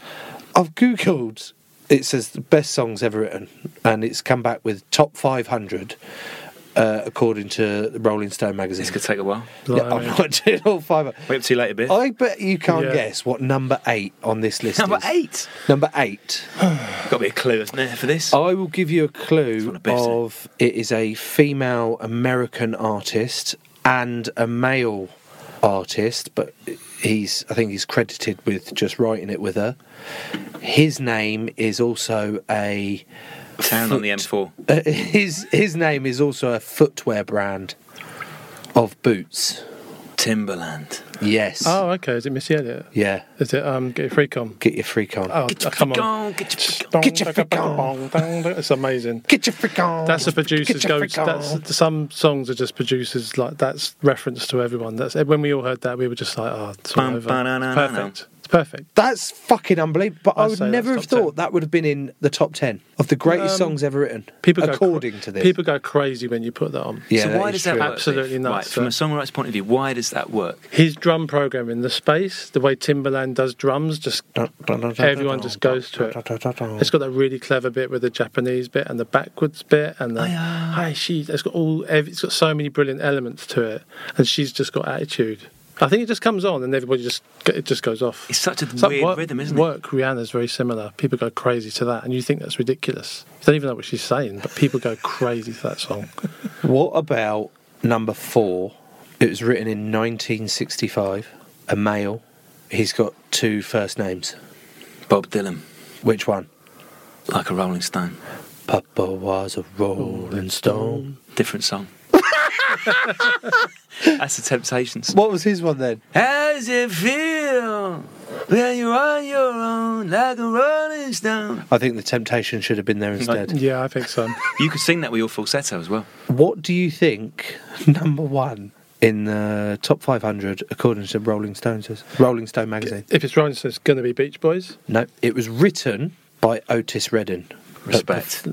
S6: I've googled. It says the best songs ever written, and it's come back with top 500 uh, according to the Rolling Stone magazine.
S8: It's gonna take a while.
S6: Yeah, I'm
S7: Blimey.
S6: not doing all five.
S8: Wait up till later, Biff.
S6: I bet you can't
S7: Yeah.
S6: guess what number eight on this list
S8: Number
S6: is.
S8: eight.
S6: Number eight.
S8: Got to be a clue, isn't there, for this?
S6: I will give you a
S8: one
S6: clue
S8: of Biff's, eh?
S6: of it is a female American artist and a male artist, but he's I think he's credited with just writing it with her. His name is also a
S8: Town on the M4.
S6: uh, his his name is also a footwear brand of boots.
S8: Timberland.
S6: Yes.
S7: Oh, okay. Is it Missy Elliott?
S6: Yeah.
S7: Is it um, Get Your Freak On?
S6: Get your freak on.
S7: Oh,
S8: Get your
S7: come
S8: freak
S7: on.
S8: on, get your freak
S6: Get your freak on.
S7: It's amazing.
S6: Get your freak on.
S7: That's a
S6: Get
S7: producer's
S6: your
S7: go.
S6: freak on.
S7: That's some songs are just producers like that's reference to everyone. That's when we all heard that we were just like, oh, it's all
S8: Bum,
S7: over.
S8: ba, na, na,
S7: It's
S8: na,
S7: perfect. It's
S6: perfect.
S7: That's fucking unbelievable. But I,
S6: I'd
S7: would
S6: say that's
S7: never have
S6: top 10.
S7: thought that would have been in the top ten of the greatest songs ever written.
S6: People go cra-
S7: according to this.
S6: people go crazy when you put that on.
S7: yeah,
S8: so why
S7: is
S8: does that
S7: true.
S8: work?
S6: Absolutely
S8: Dave?
S6: nuts,
S8: Right, from a
S6: but-
S8: songwriter's point of view, why does that work?
S6: His drum programming, the space, the way Timberland does drums, just
S7: Dun, dun, dun, dun,
S6: everyone
S7: dun,
S6: just
S7: dun,
S6: goes to
S7: dun,
S6: it.
S7: dun, dun, dun, dun.
S6: It's got that really clever bit with the Japanese bit and the backwards bit and the hi she. It's got all. ev- It's got so many brilliant elements to it, and she's just got attitude. I think it just comes on and everybody just go- it just goes off.
S8: It's such a
S6: So
S8: weird
S6: work,
S8: rhythm, isn't it?
S6: work Rihanna's very similar. People go crazy to that, and you think that's ridiculous. You don't even know what she's saying, but people go crazy to that song.
S7: What about number four? It was written in 1965. A male. He's got two first names.
S8: Bob Dylan,
S7: Which one?
S8: like a Rolling Stone,
S7: Papa was a rolling stone.
S8: different song. That's the Temptations.
S7: What was his one then?
S8: How does it feel when you're on your own, like a Rolling Stone?
S7: I think the temptation should have been there instead.
S6: yeah, I think so.
S8: You could sing that with your falsetto as well.
S7: What do you think number one in the top 500 according to Rolling Stones is? Rolling Stone magazine.
S6: if it's Rolling Stone, it's going to be Beach Boys.
S7: No, it was written by Otis Redding.
S8: Respect.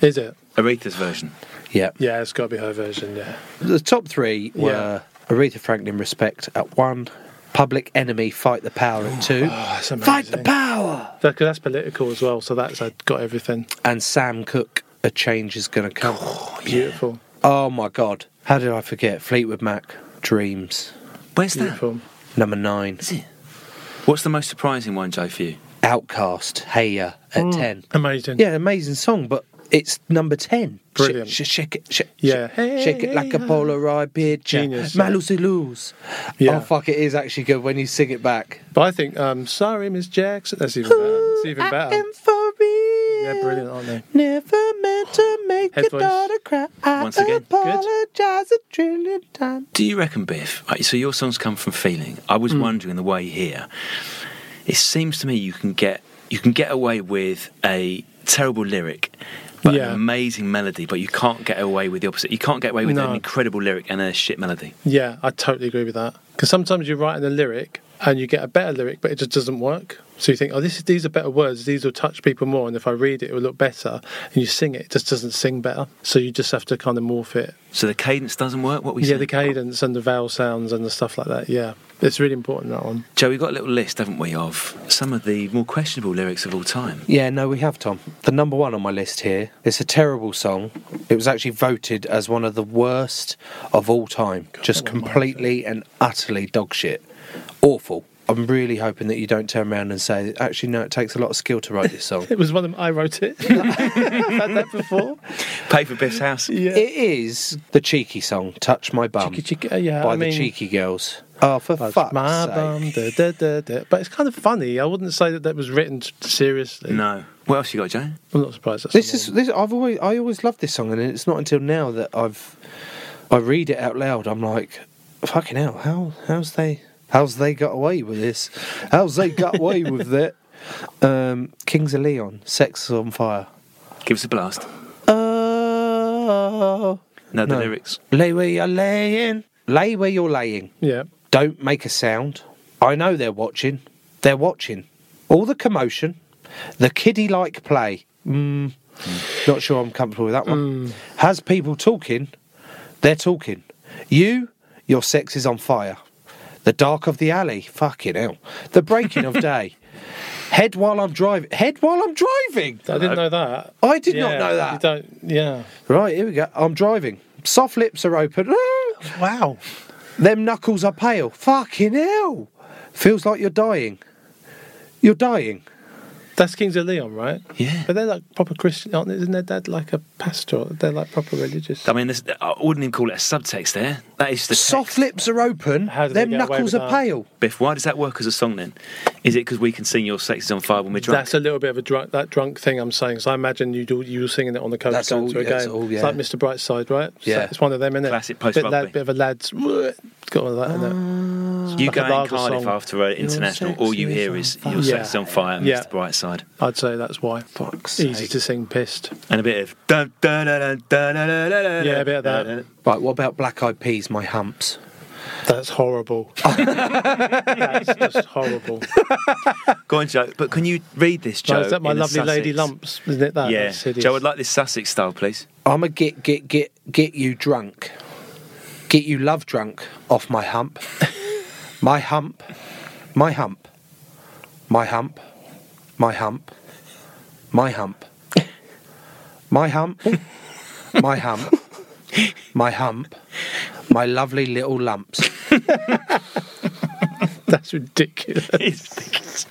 S6: Is it?
S8: Aretha's version.
S7: Yeah.
S6: Yeah, it's got to be her version. Yeah.
S7: The top three were Aretha Franklin Respect at one, Public Enemy Fight the Power at two,
S6: that's Oh, amazing.
S7: Fight the Power, Oh,
S6: That, 'cause that's political as well, so that's uh, got everything.
S7: and Sam Cooke, A Change Is Gonna Come.
S6: Beautiful,
S7: Oh my God. How did I forget? Fleetwood Mac, Dreams.
S8: Where's that?
S6: beautiful.
S7: Number nine,
S8: Is it? What's the most surprising one, Joe, for you?
S7: Outcast, Hey Ya at 10.
S6: Amazing.
S7: Yeah, amazing song, but it's number 10.
S6: Brilliant.
S7: Sh- sh- shake it, sh-
S6: Yeah.
S7: sh- shake it like a Polaroid picture.
S6: Genius, yeah.
S7: Malusi Lose.
S6: Yeah.
S7: Oh, fuck, it is actually good when you sing it back.
S6: But I think, um, sorry, Miss Jackson. That's even better. It's even
S7: I
S6: better.
S7: am for real.
S6: Yeah, brilliant, aren't they?
S7: Never meant to make
S6: Head
S7: your
S6: voice.
S7: daughter cry. I
S8: Once again. Good.
S7: apologize a trillion times.
S8: Do you reckon, Biff? Right, so your songs come from feeling. I
S6: Hmm.
S8: was wondering the way here. It seems to me you can get you can get away with a terrible lyric, but um,
S6: Yeah.
S8: an amazing melody. But you can't get away with the opposite. You can't get away with
S6: No.
S8: an incredible lyric and a shit melody.
S6: Yeah, I totally agree with that. Because sometimes you're writing a lyric and you get a better lyric, but it just doesn't work. So you think, oh, this is, these are better words. These will touch people more, and if I read it, it will look better. And you sing it, it just doesn't sing better. So you just have to kind of morph it.
S8: So the cadence doesn't work. What we
S6: yeah,
S8: say?
S6: the cadence and the vowel sounds and the stuff like that. Yeah, it's really important that one.
S8: Joe, we've got a little list, haven't we, of some of the more questionable lyrics of all time.
S7: Yeah, no, we have, Tom. The number one on my list here. It's a terrible song. It was actually voted as one of the worst of all time. Just completely and utterly dog shit. Awful. I'm really hoping that you don't turn around and say, actually, no, it takes a lot of skill to write this song.
S6: It was one of them, I wrote it. I've had that before.
S8: Pay for Biff's house.
S6: Yeah.
S7: It is the cheeky song, Touch My Bum,
S6: Cheeky, cheeky, yeah,
S7: by
S6: I
S7: the
S6: mean-
S7: Cheeky Girls. Oh, for
S6: That's
S7: fuck's
S6: my
S7: sake.
S6: bum, da, da, da, da. But it's kind of funny. I wouldn't say that that was written t- seriously.
S8: No. What else you got, Joe?
S6: I'm not surprised. That's
S7: This
S6: the
S7: is
S6: one.
S7: this. I've always I always loved this song, and it's not until now that I've I read it out loud. I'm like, fucking hell, how how's they how's they got away with this? How's they got away with it? Um, Kings of Leon, Sex is on Fire.
S8: Give us a blast.
S7: Oh,
S8: No, the lyrics.
S7: Lay where you're laying, lay where you're laying.
S6: Yeah.
S7: Don't make a sound. I know they're watching. They're watching. All the commotion, the kiddie like play. Mm, not sure I'm comfortable with that one. Has people talking. They're talking. You, your sex is on fire. The dark of the alley. Fucking hell. The breaking of day. Head while I'm driving. Head while I'm driving.
S6: I didn't know that.
S7: I did not
S6: Yeah,
S7: know
S6: You
S7: that.
S6: don't, yeah.
S7: Right, here we go. I'm driving. Soft lips are open.
S6: Wow.
S7: Them knuckles are pale. Fucking hell. Feels like you're dying. You're dying.
S6: That's Kings of Leon, right?
S8: Yeah.
S6: But they're like proper Christian, aren't they? Isn't their dad like a pastor? They're like proper religious.
S8: I mean, this, I wouldn't even call it a subtext there. That is the
S7: Soft
S8: text.
S7: lips are open.
S6: How did they
S7: Them
S6: get away
S7: knuckles
S6: with
S8: Uh,
S7: are
S6: that?
S7: pale.
S8: Biff, why does that work as a song then? Is it because we can sing your sex is on fire when we're drunk?
S6: That's a little bit of a drunk, that drunk thing I'm saying. So I imagine you do, you were singing it on the coast
S7: That's
S6: going
S7: all-
S6: to a
S7: that's
S6: game.
S7: all,
S6: It's
S7: yeah.
S6: like Mr. Brightside, right? So
S7: Yeah.
S6: it's one of them, isn't it?
S8: Classic post
S6: bit, lad,
S8: rugby.
S6: bit of a lad's. Got all that in it.
S8: you
S6: like
S8: go
S6: a
S8: in
S6: lager
S8: Cardiff
S6: song.
S8: after an international, all you
S7: sex
S8: hear
S7: is
S8: is
S7: on
S8: your
S6: fire.
S8: sex is on fire and
S6: Yeah.
S8: Mr. Brightside.
S6: I'd say that's why.
S7: Fuck's
S6: Easy
S7: sake.
S6: to sing pissed.
S8: And a bit of. Dun, dun, dun, dun, dun, dun, dun, dun,
S6: Yeah, a bit of
S8: dun,
S6: that.
S8: dun, dun.
S7: Right, what about black eyed peas, my humps?
S6: That's horrible. That's just horrible.
S8: Go on, Joe. But can you read this, Joe?
S6: No, is that my
S8: in a
S6: lovely lady
S8: Sussex?
S6: lumps? Isn't it that?
S8: Yeah.
S6: That's hideous.
S8: Joe, I'd like this Sussex style, please.
S7: I'm a get get get get you drunk, get you love drunk off my hump, my hump, my hump, my hump, my hump, my hump, my hump, my hump, my hump, my lovely little lumps.
S6: That's ridiculous.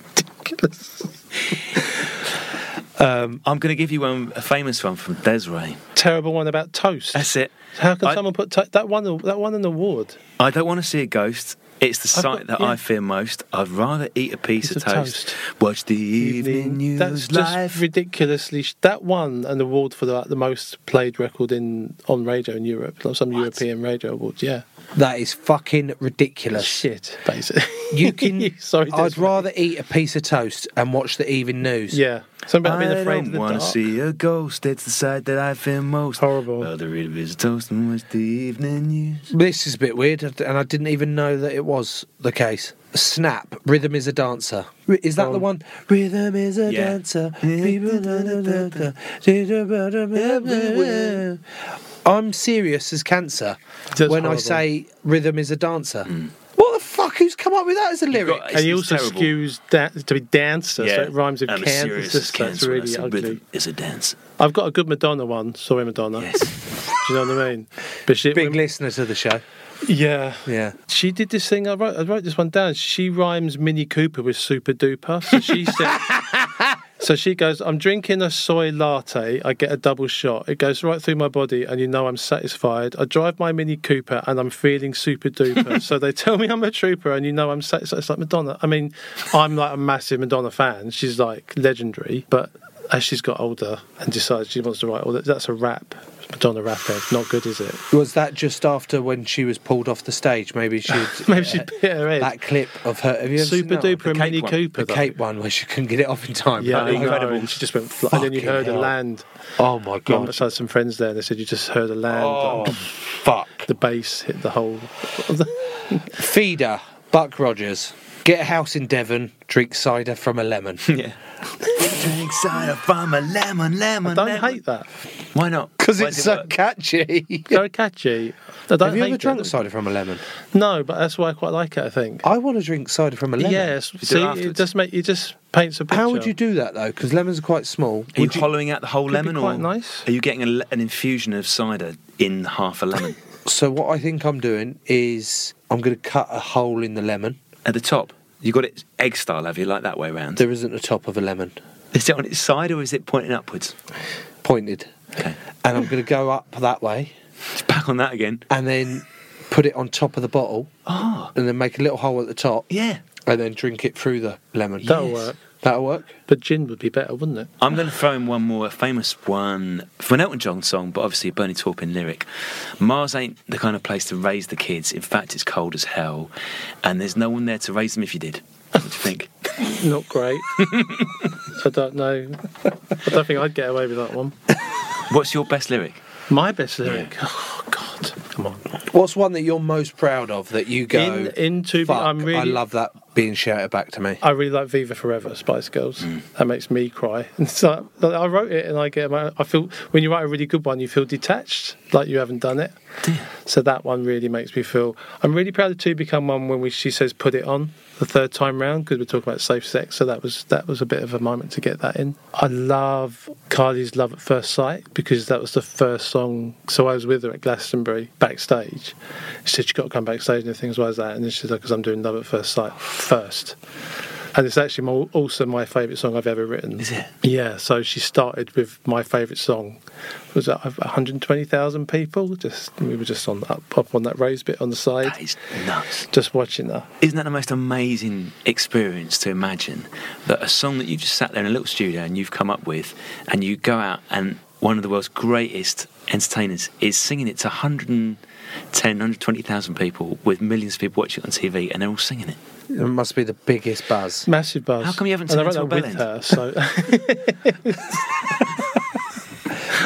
S8: Um, I'm going to give you one, a famous one from Desiree.
S6: Terrible one about toast.
S8: That's it.
S6: How can
S8: I-
S6: someone put to- that one? That one an award.
S8: I don't want to see a ghost. It's the
S6: I've
S8: sight
S6: got-
S8: that
S6: yeah.
S8: I fear most. I'd rather eat a piece
S6: Piece
S8: of
S6: of
S8: toast.
S6: toast.
S8: Watch the evening news
S6: That's just
S8: live.
S6: ridiculously. Sh- that won an award for like, the most played record in on radio in Europe, like some European radio awards. Yeah,
S7: That is fucking ridiculous.
S6: shit, basically.
S7: You can.
S6: Sorry,
S7: I'd
S6: that's-
S7: rather eat a piece of toast and watch the evening news.
S6: Yeah, something
S8: I
S6: about being afraid of
S8: don't
S6: the
S8: want
S6: dark.
S8: to see a ghost. It's the sight that I fear most.
S6: Horrible.
S8: Rather eat a piece of toast and watch the evening news.
S7: This is a bit weird, and I didn't even know that it was the case. Snap, rhythm is a dancer. R- Is that the one? Rhythm is a
S8: Yeah.
S7: dancer. People da- da- da- da- da- da- da- da- da- da- da. I'm serious as cancer
S6: That's
S7: when I
S6: horrible.
S7: say rhythm is a dancer. What the fuck? Who's come up with that as a lyric?
S8: Hmm. got-
S6: and he
S8: It's
S6: also
S8: terrible.
S6: skews da- to be dancer, so it rhymes with
S8: I'm as
S6: cancer.
S8: serious as
S6: That's
S8: cancer when I
S6: really
S8: say
S6: ugly.
S8: Rhythm is a dance.
S6: I've got a good Madonna one. Sorry, Madonna.
S8: Yes.
S6: Do you know what I mean? But she,
S7: Big listener to the show.
S6: yeah,
S7: Yeah.
S6: She did this thing. I wrote. I wrote this one down. She rhymes Mini Cooper with Super Duper. So she said. so she goes. I'm drinking a soy latte. I get a double shot. It goes right through my body, and you know I'm satisfied. I drive my Mini Cooper, and I'm feeling super duper. so they tell me I'm a trooper, and you know I'm satisfied. It's like Madonna. I mean, I'm like a massive Madonna fan. She's like legendary, but. As she's got older and decides she wants to write all that, that's a rap. Madonna rapping, not good, is it?
S7: Was that just after when she was pulled off the stage? Maybe she'd.
S6: Maybe she'd hit her head.
S7: That clip of her. Have you ever seen
S6: Super
S7: that one?
S6: duper and
S8: Cape
S6: Mini
S8: one.
S6: Cooper.
S7: The
S6: though.
S7: Cape one where she couldn't get it off in time.
S6: Yeah,
S7: That was
S6: incredible. she just went, fl- and then you
S7: Fucking
S6: heard a
S7: hell.
S6: land.
S7: Oh my
S6: I
S7: god!
S6: just had some friends there. They said you just heard a land.
S7: Oh fuck!
S6: The bass hit the whole.
S7: Feeder Buck Rogers. Get a house in Devon. Drink cider from a lemon.
S8: yeah. Drink cider from a lemon, lemon.
S6: Don't
S8: lemon.
S6: hate that.
S8: Why not?
S7: Because
S8: Why
S7: it's
S8: does it
S7: so
S8: work?
S7: catchy.
S6: Very catchy. I don't
S7: Have you
S6: hate
S7: ever
S6: it.
S7: drunk cider from a lemon?
S6: No, but that's why I quite like it. I think.
S7: I want to drink cider from a lemon.
S6: Yes.
S8: do
S6: See, it
S8: afterwards.
S6: just make it just paints a picture.
S7: How would you do that though? Because lemons are quite small.
S8: Are you,
S7: Would you-
S8: hollowing out the whole
S6: be
S8: lemon, or
S6: quite nice.
S8: are you getting a le- an infusion of cider in half a lemon
S7: So what I think I'm doing is I'm going to cut a hole in the lemon.
S8: at the top? You got it egg style, have you? Like that way round.
S7: There isn't a top of a lemon.
S8: Is it on its side or is it pointing upwards?
S7: Pointed.
S8: Okay,
S7: And I'm going to go up that way.
S8: it's back on that again.
S7: and then put it on top of the bottle
S8: Ah,
S7: and then make a little hole at the top
S8: yeah.
S7: and then drink it through the lemon.
S6: That'll work.
S7: That'll work.
S6: But gin would be better, wouldn't it?
S8: I'm going to throw in one more famous one from an Elton John song, but obviously a Bernie Taupin lyric. Mars ain't the kind of place to raise the kids. In fact, it's cold as hell, and there's no one there to raise them if you did. What do you think?
S6: Not great. I don't know. I don't think I'd get away with that one.
S8: What's your best lyric?
S6: My best lyric. Oh God! Come on.
S7: What's one that you're most proud of that you go
S6: In- into-
S7: Fuck,
S6: I'm really-
S7: I love that being shouted back to me.
S6: I really like Viva Forever, Spice Girls. That makes me cry. And so like, I wrote it, and I get my, I feel when you write a really good one, you feel detached, like you haven't done it. So that one really makes me feel. I'm really proud of Two Become One when we, she says put it on the third time round because we're talking about safe sex. So that was that was a bit of a moment to get that in. I love Carly's Love at First Sight because that was the first song. So I was with her at Glastonbury backstage. She said she got to come backstage and things like that, and then she said because I'm doing Love at First Sight first. And it's actually my, also my favourite song I've ever written. Is
S8: it?
S6: Yeah. So she started with my favourite song. It was at 120,000 people. Just we were just on up up on that rose bit on the side,
S8: That is nuts.
S6: just watching that.
S8: Isn't that the most amazing experience to imagine that a song that you've just sat there in a little studio and you've come up with, and you go out and one of the world's greatest entertainers is singing it to 110, 120,000 people with millions of people watching it on TV and they're all singing it?
S7: It must be the biggest buzz.
S6: Massive buzz.
S8: How come you haven't
S6: And I
S8: turned
S6: wrote
S8: into
S6: that
S8: a
S6: with
S8: bellend?
S6: her? So I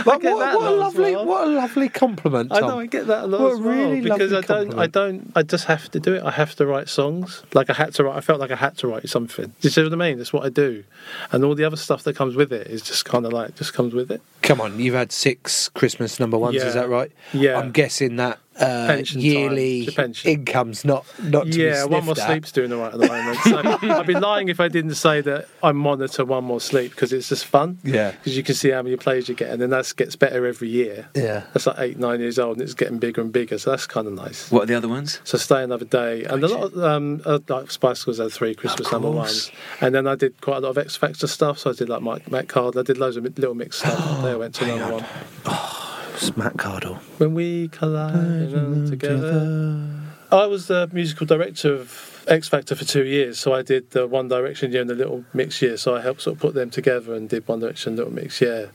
S7: Like,
S6: get
S7: what,
S6: that
S7: what a
S6: a lot as
S7: lovely,
S6: well.
S7: what a lovely compliment.
S6: I
S7: Tom.
S6: know I get that a lot
S7: What
S6: as
S7: a
S6: well,
S7: really
S6: because
S7: lovely
S6: I don't, I
S7: compliment.
S6: don't, I just have to do it. I have to write songs. Like I had to write. I felt like I had to write something. Do you see what I mean? It's what I do, and all the other stuff that comes with it is just kind of like just comes with it.
S7: Come on, you've had six Christmas number ones,
S6: Yeah.
S7: is that right?
S6: Yeah.
S7: I'm guessing that uh,
S6: Pension time.
S7: yearly
S6: The pension.
S7: income's not not to be
S6: yeah,
S7: sniffed
S6: one more
S7: at.
S6: sleep's doing all right at the moment. So I'd be lying if I didn't say that I monitor one more sleep because it's just fun.
S7: Yeah.
S6: because you can see how many plays you get, and then that gets better every year.
S7: Yeah.
S6: that's like eight, nine years old, and it's getting bigger and bigger. So that's kind of nice.
S8: What are the other ones?
S6: So stay another day, and a lot of um, uh, like Spice Girls had three Christmas number
S8: course.
S6: ones, and then I did quite a lot of X Factor stuff. So I did like Mike Matt Card, I did loads of mi- little mix stuff. they went to another one.
S7: Oh, Smack Cardle.
S6: When we collide you know, together, I was the musical director of X Factor for two years. So I did the One Direction year and the Little Mix year. So I helped sort of put them together and did One Direction, Little Mix year.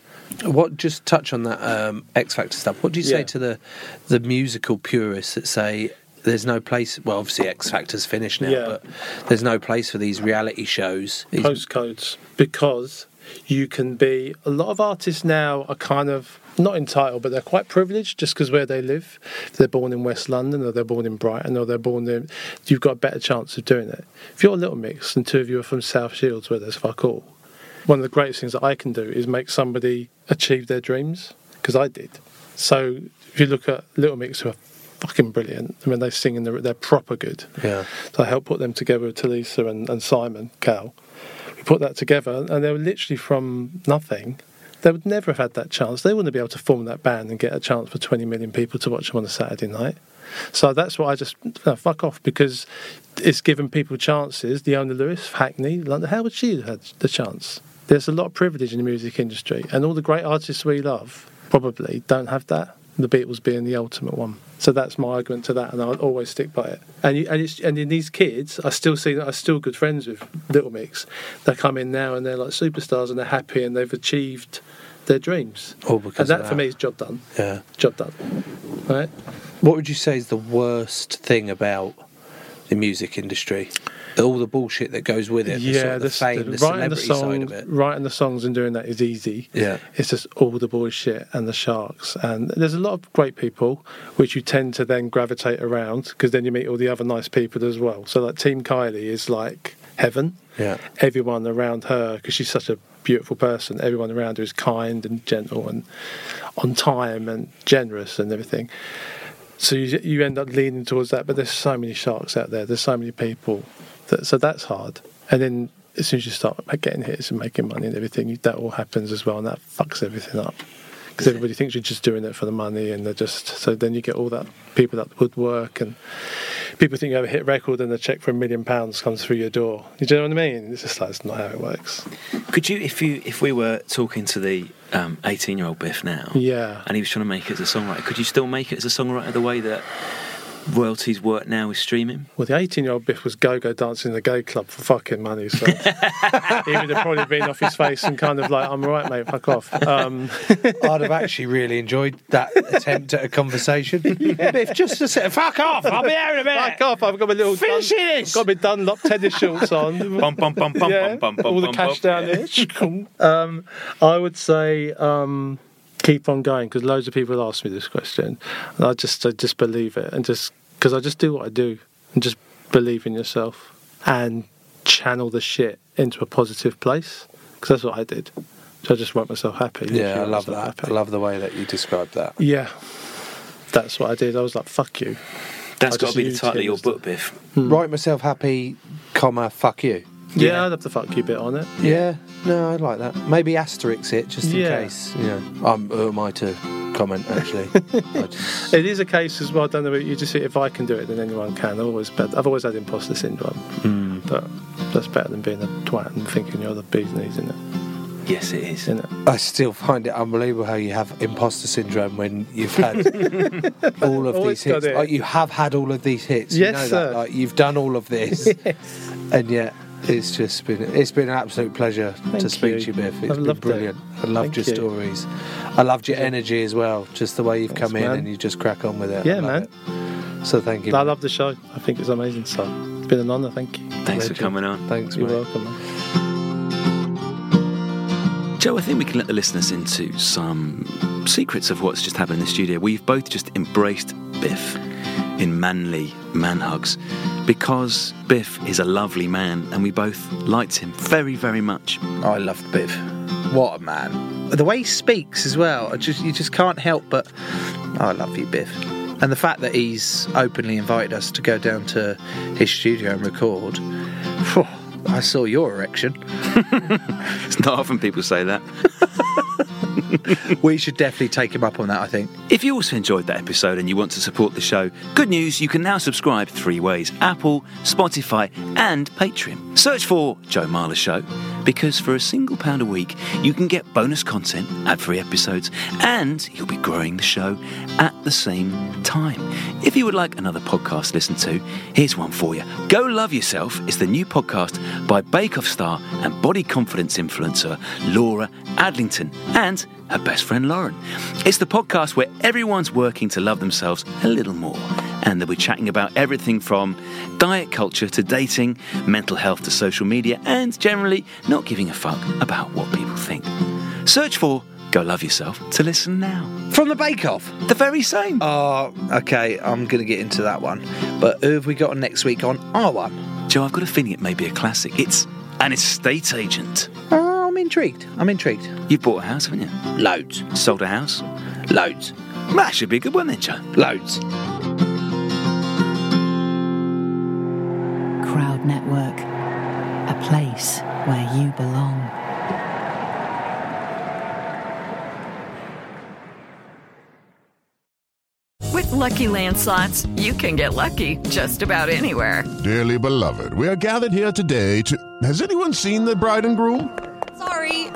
S7: What? Just touch on that um, X Factor stuff. What do you say
S6: Yeah.
S7: to the the musical purists that say? There's no place. Well, obviously X Factor's finished now,
S6: Yeah.
S7: but there's no place for these reality shows. These-
S6: postcodes because you can be a lot of artists now are kind of not entitled but they're quite privileged just because where they live if they're born in west london or they're born in brighton or they're born in you've got a better chance of doing it if you're a little mix and two of you are from south shields where there's fuck all one of the greatest things that i can do is make somebody achieve their dreams because i did so if you look at little mix who are fucking brilliant i mean they sing in the, they're proper good
S7: Yeah.
S6: so I helped put them together with Talisa and, and Simon Cal. We put that together, and they were literally from nothing. They would never have had that chance. They wouldn't be able to form that band and get a chance for 20 million people to watch them on a Saturday night. So that's why I just no, fuck off because it's giving people chances. Leona Lewis, Hackney, London, how would she have had the chance? There's a lot of privilege in the music industry, and all the great artists we love probably don't have that. The Beatles being the ultimate one. So that's my argument to that, and I'll always stick by it. And you, and, it's, and in these kids, I still see that I'm still good friends with Little Mix. They come in now and they're like superstars, and they're happy, and they've achieved their dreams.
S7: All because
S6: and
S7: of
S6: that,
S7: that.
S6: for me is job done.
S7: Yeah.
S6: Job done. Right.
S7: What would you say is the worst thing about the music industry? All the bullshit that goes with it. the, sort of the
S6: this-
S7: fame, the,
S6: writing
S7: celebrity side of
S6: songs-
S7: it.
S6: Writing the songs and doing that is easy.
S7: Yeah.
S6: It's just all the bullshit and the sharks. And there's a lot of great people which you tend to then gravitate around because then you meet all the other nice people as well. So, like, Team Kylie is like heaven.
S7: Yeah.
S6: Everyone around her, because she's such a beautiful person, everyone around her is kind and gentle and on time and generous and everything. So you, you end up leaning towards that, but there's so many sharks out there. There's so many people, that, so that's hard. And then as soon as you start getting hits and making money and everything, you, that all happens as well, and that fucks everything up because everybody thinks you're just doing it for the money, and they're just so. Then you get all that people that would work, and people think you have a hit record, and a check for a million pounds comes through your door. You know what I mean? It's just like it's not how it works.
S8: Could you, if you, if we were talking to the um, 18-year-old Biff now,
S6: Yeah.
S8: and he was trying to make it as a songwriter, could you still make it as a songwriter the way that royalties work now with streaming?
S6: Well, the 18 year old Biff was go go dancing in the gay club for fucking money, so he would have probably been off his face and kind of like, I'm all right, mate, fuck off. Um,
S7: I'd have actually really enjoyed that attempt at a conversation. But if just to say, fuck off, I'll be out in a minute.
S6: fuck off, I've got my little.
S7: Finish this!
S6: Got my Dunlop tennis shorts on.
S8: Bum, bum, bum, bum,
S6: yeah,
S8: bum, bum, bum,
S6: all the
S8: bum,
S6: cash
S8: bum.
S6: down there. um, I would say
S7: uh,
S6: um, keep on going because loads of people ask me this question, and I just I just believe it and just because I just do what I do and just believe in yourself and channel the shit into a positive place because that's what I did. So I just made myself happy.
S7: Yeah, I
S6: literally
S7: love
S6: made myself
S7: that. I
S6: happy.
S7: love the way that you describe that.
S6: Yeah, that's what I did. I was like, "Fuck you."
S8: That's got
S6: I just
S8: to be the
S6: used
S8: title of
S6: him
S8: your
S6: as the-
S8: book, Biff.
S7: Write myself happy, comma, fuck you.
S6: Yeah, I'd have the fuck you bit on it.
S7: Yeah, no, I like that. Maybe asterisk it just in
S6: Yeah.
S7: case. You know, I'm, who am I to comment actually? I just-
S6: It is a case as well. I don't know. You just if I can do it, then anyone can. I've always, bet- I've always had imposter syndrome,
S8: Hmm.
S6: but that's better than being a twat and thinking you're the bee's knees in it.
S8: Yes, it is.
S6: In it.
S7: I still find it unbelievable how you have imposter syndrome when you've had all of
S6: Always
S7: these hits.
S6: got it.
S7: Like you have had all of these hits. you
S6: Yes,
S7: know
S6: sir.
S7: That. Like you've done all of this, and yet it's just been it's been an absolute pleasure to
S6: Thank
S7: speak
S6: you.
S7: to you, Biff. It's
S6: I've
S7: been
S6: loved it.
S7: brilliant. I loved
S6: Thank
S7: your
S6: you.
S7: stories. I loved your energy as well. Just the way you've
S6: Thanks,
S7: come in
S6: man.
S7: and you just crack on with it. I
S6: Yeah,
S7: love
S6: man.
S7: it. So thank you.
S6: I
S7: mate.
S6: love the show. I think it's amazing. So it's been an honour. Thank you.
S8: Thanks for coming on.
S7: Thanks,
S6: You're
S7: mate.
S6: welcome. Man.
S3: Joe, I think we can let the listeners into some secrets of what's just happened in the studio. We've both just embraced Biff in manly man hugs because Biff is a lovely man and we both liked him very, very much.
S8: I loved Biff. What a man. The way he speaks as well, I just you just can't help but I love you, Biff. And the fact that he's openly invited us to go down to his studio and record. Phew, I saw your erection.
S3: It's not often people say that.
S8: We should definitely take him up on that, I think.
S3: If you also enjoyed that episode and you want to support the show, good news, you can now subscribe three ways Apple, Spotify, and Patreon. Search for Joe Marler Show because for a single pound a week, you can get bonus content, ad free episodes, and you'll be growing the show at the same time. If you would like another podcast to listen to, here's one for you Go Love Yourself is the new podcast by Bake Off star and body confidence influencer Laura Adlington and her best friend Lauren. It's the podcast where everyone's working to love themselves a little more. And they'll be chatting about everything from diet culture to dating, mental health to social media, and generally not giving a fuck about what people think. Search for Go Love Yourself to listen now.
S8: From the Bake Off.
S3: The very same.
S8: Oh, okay, I'm going to get into that one. But who have we got on next week on our one?
S3: Joe, I've got a feeling it may be a classic. It's an estate agent.
S8: Oh, I'm intrigued. I'm intrigued.
S3: You've bought a house, haven't you?
S8: Loads.
S3: Sold a house?
S8: Loads.
S3: That should be a good one then, Joe.
S8: Loads.
S9: Crowd Network, a place where you belong.
S1: With Lucky Land slots, you can get lucky just about anywhere.
S10: Dearly beloved, we are gathered here today to. Has anyone seen the bride and groom?
S11: Sorry,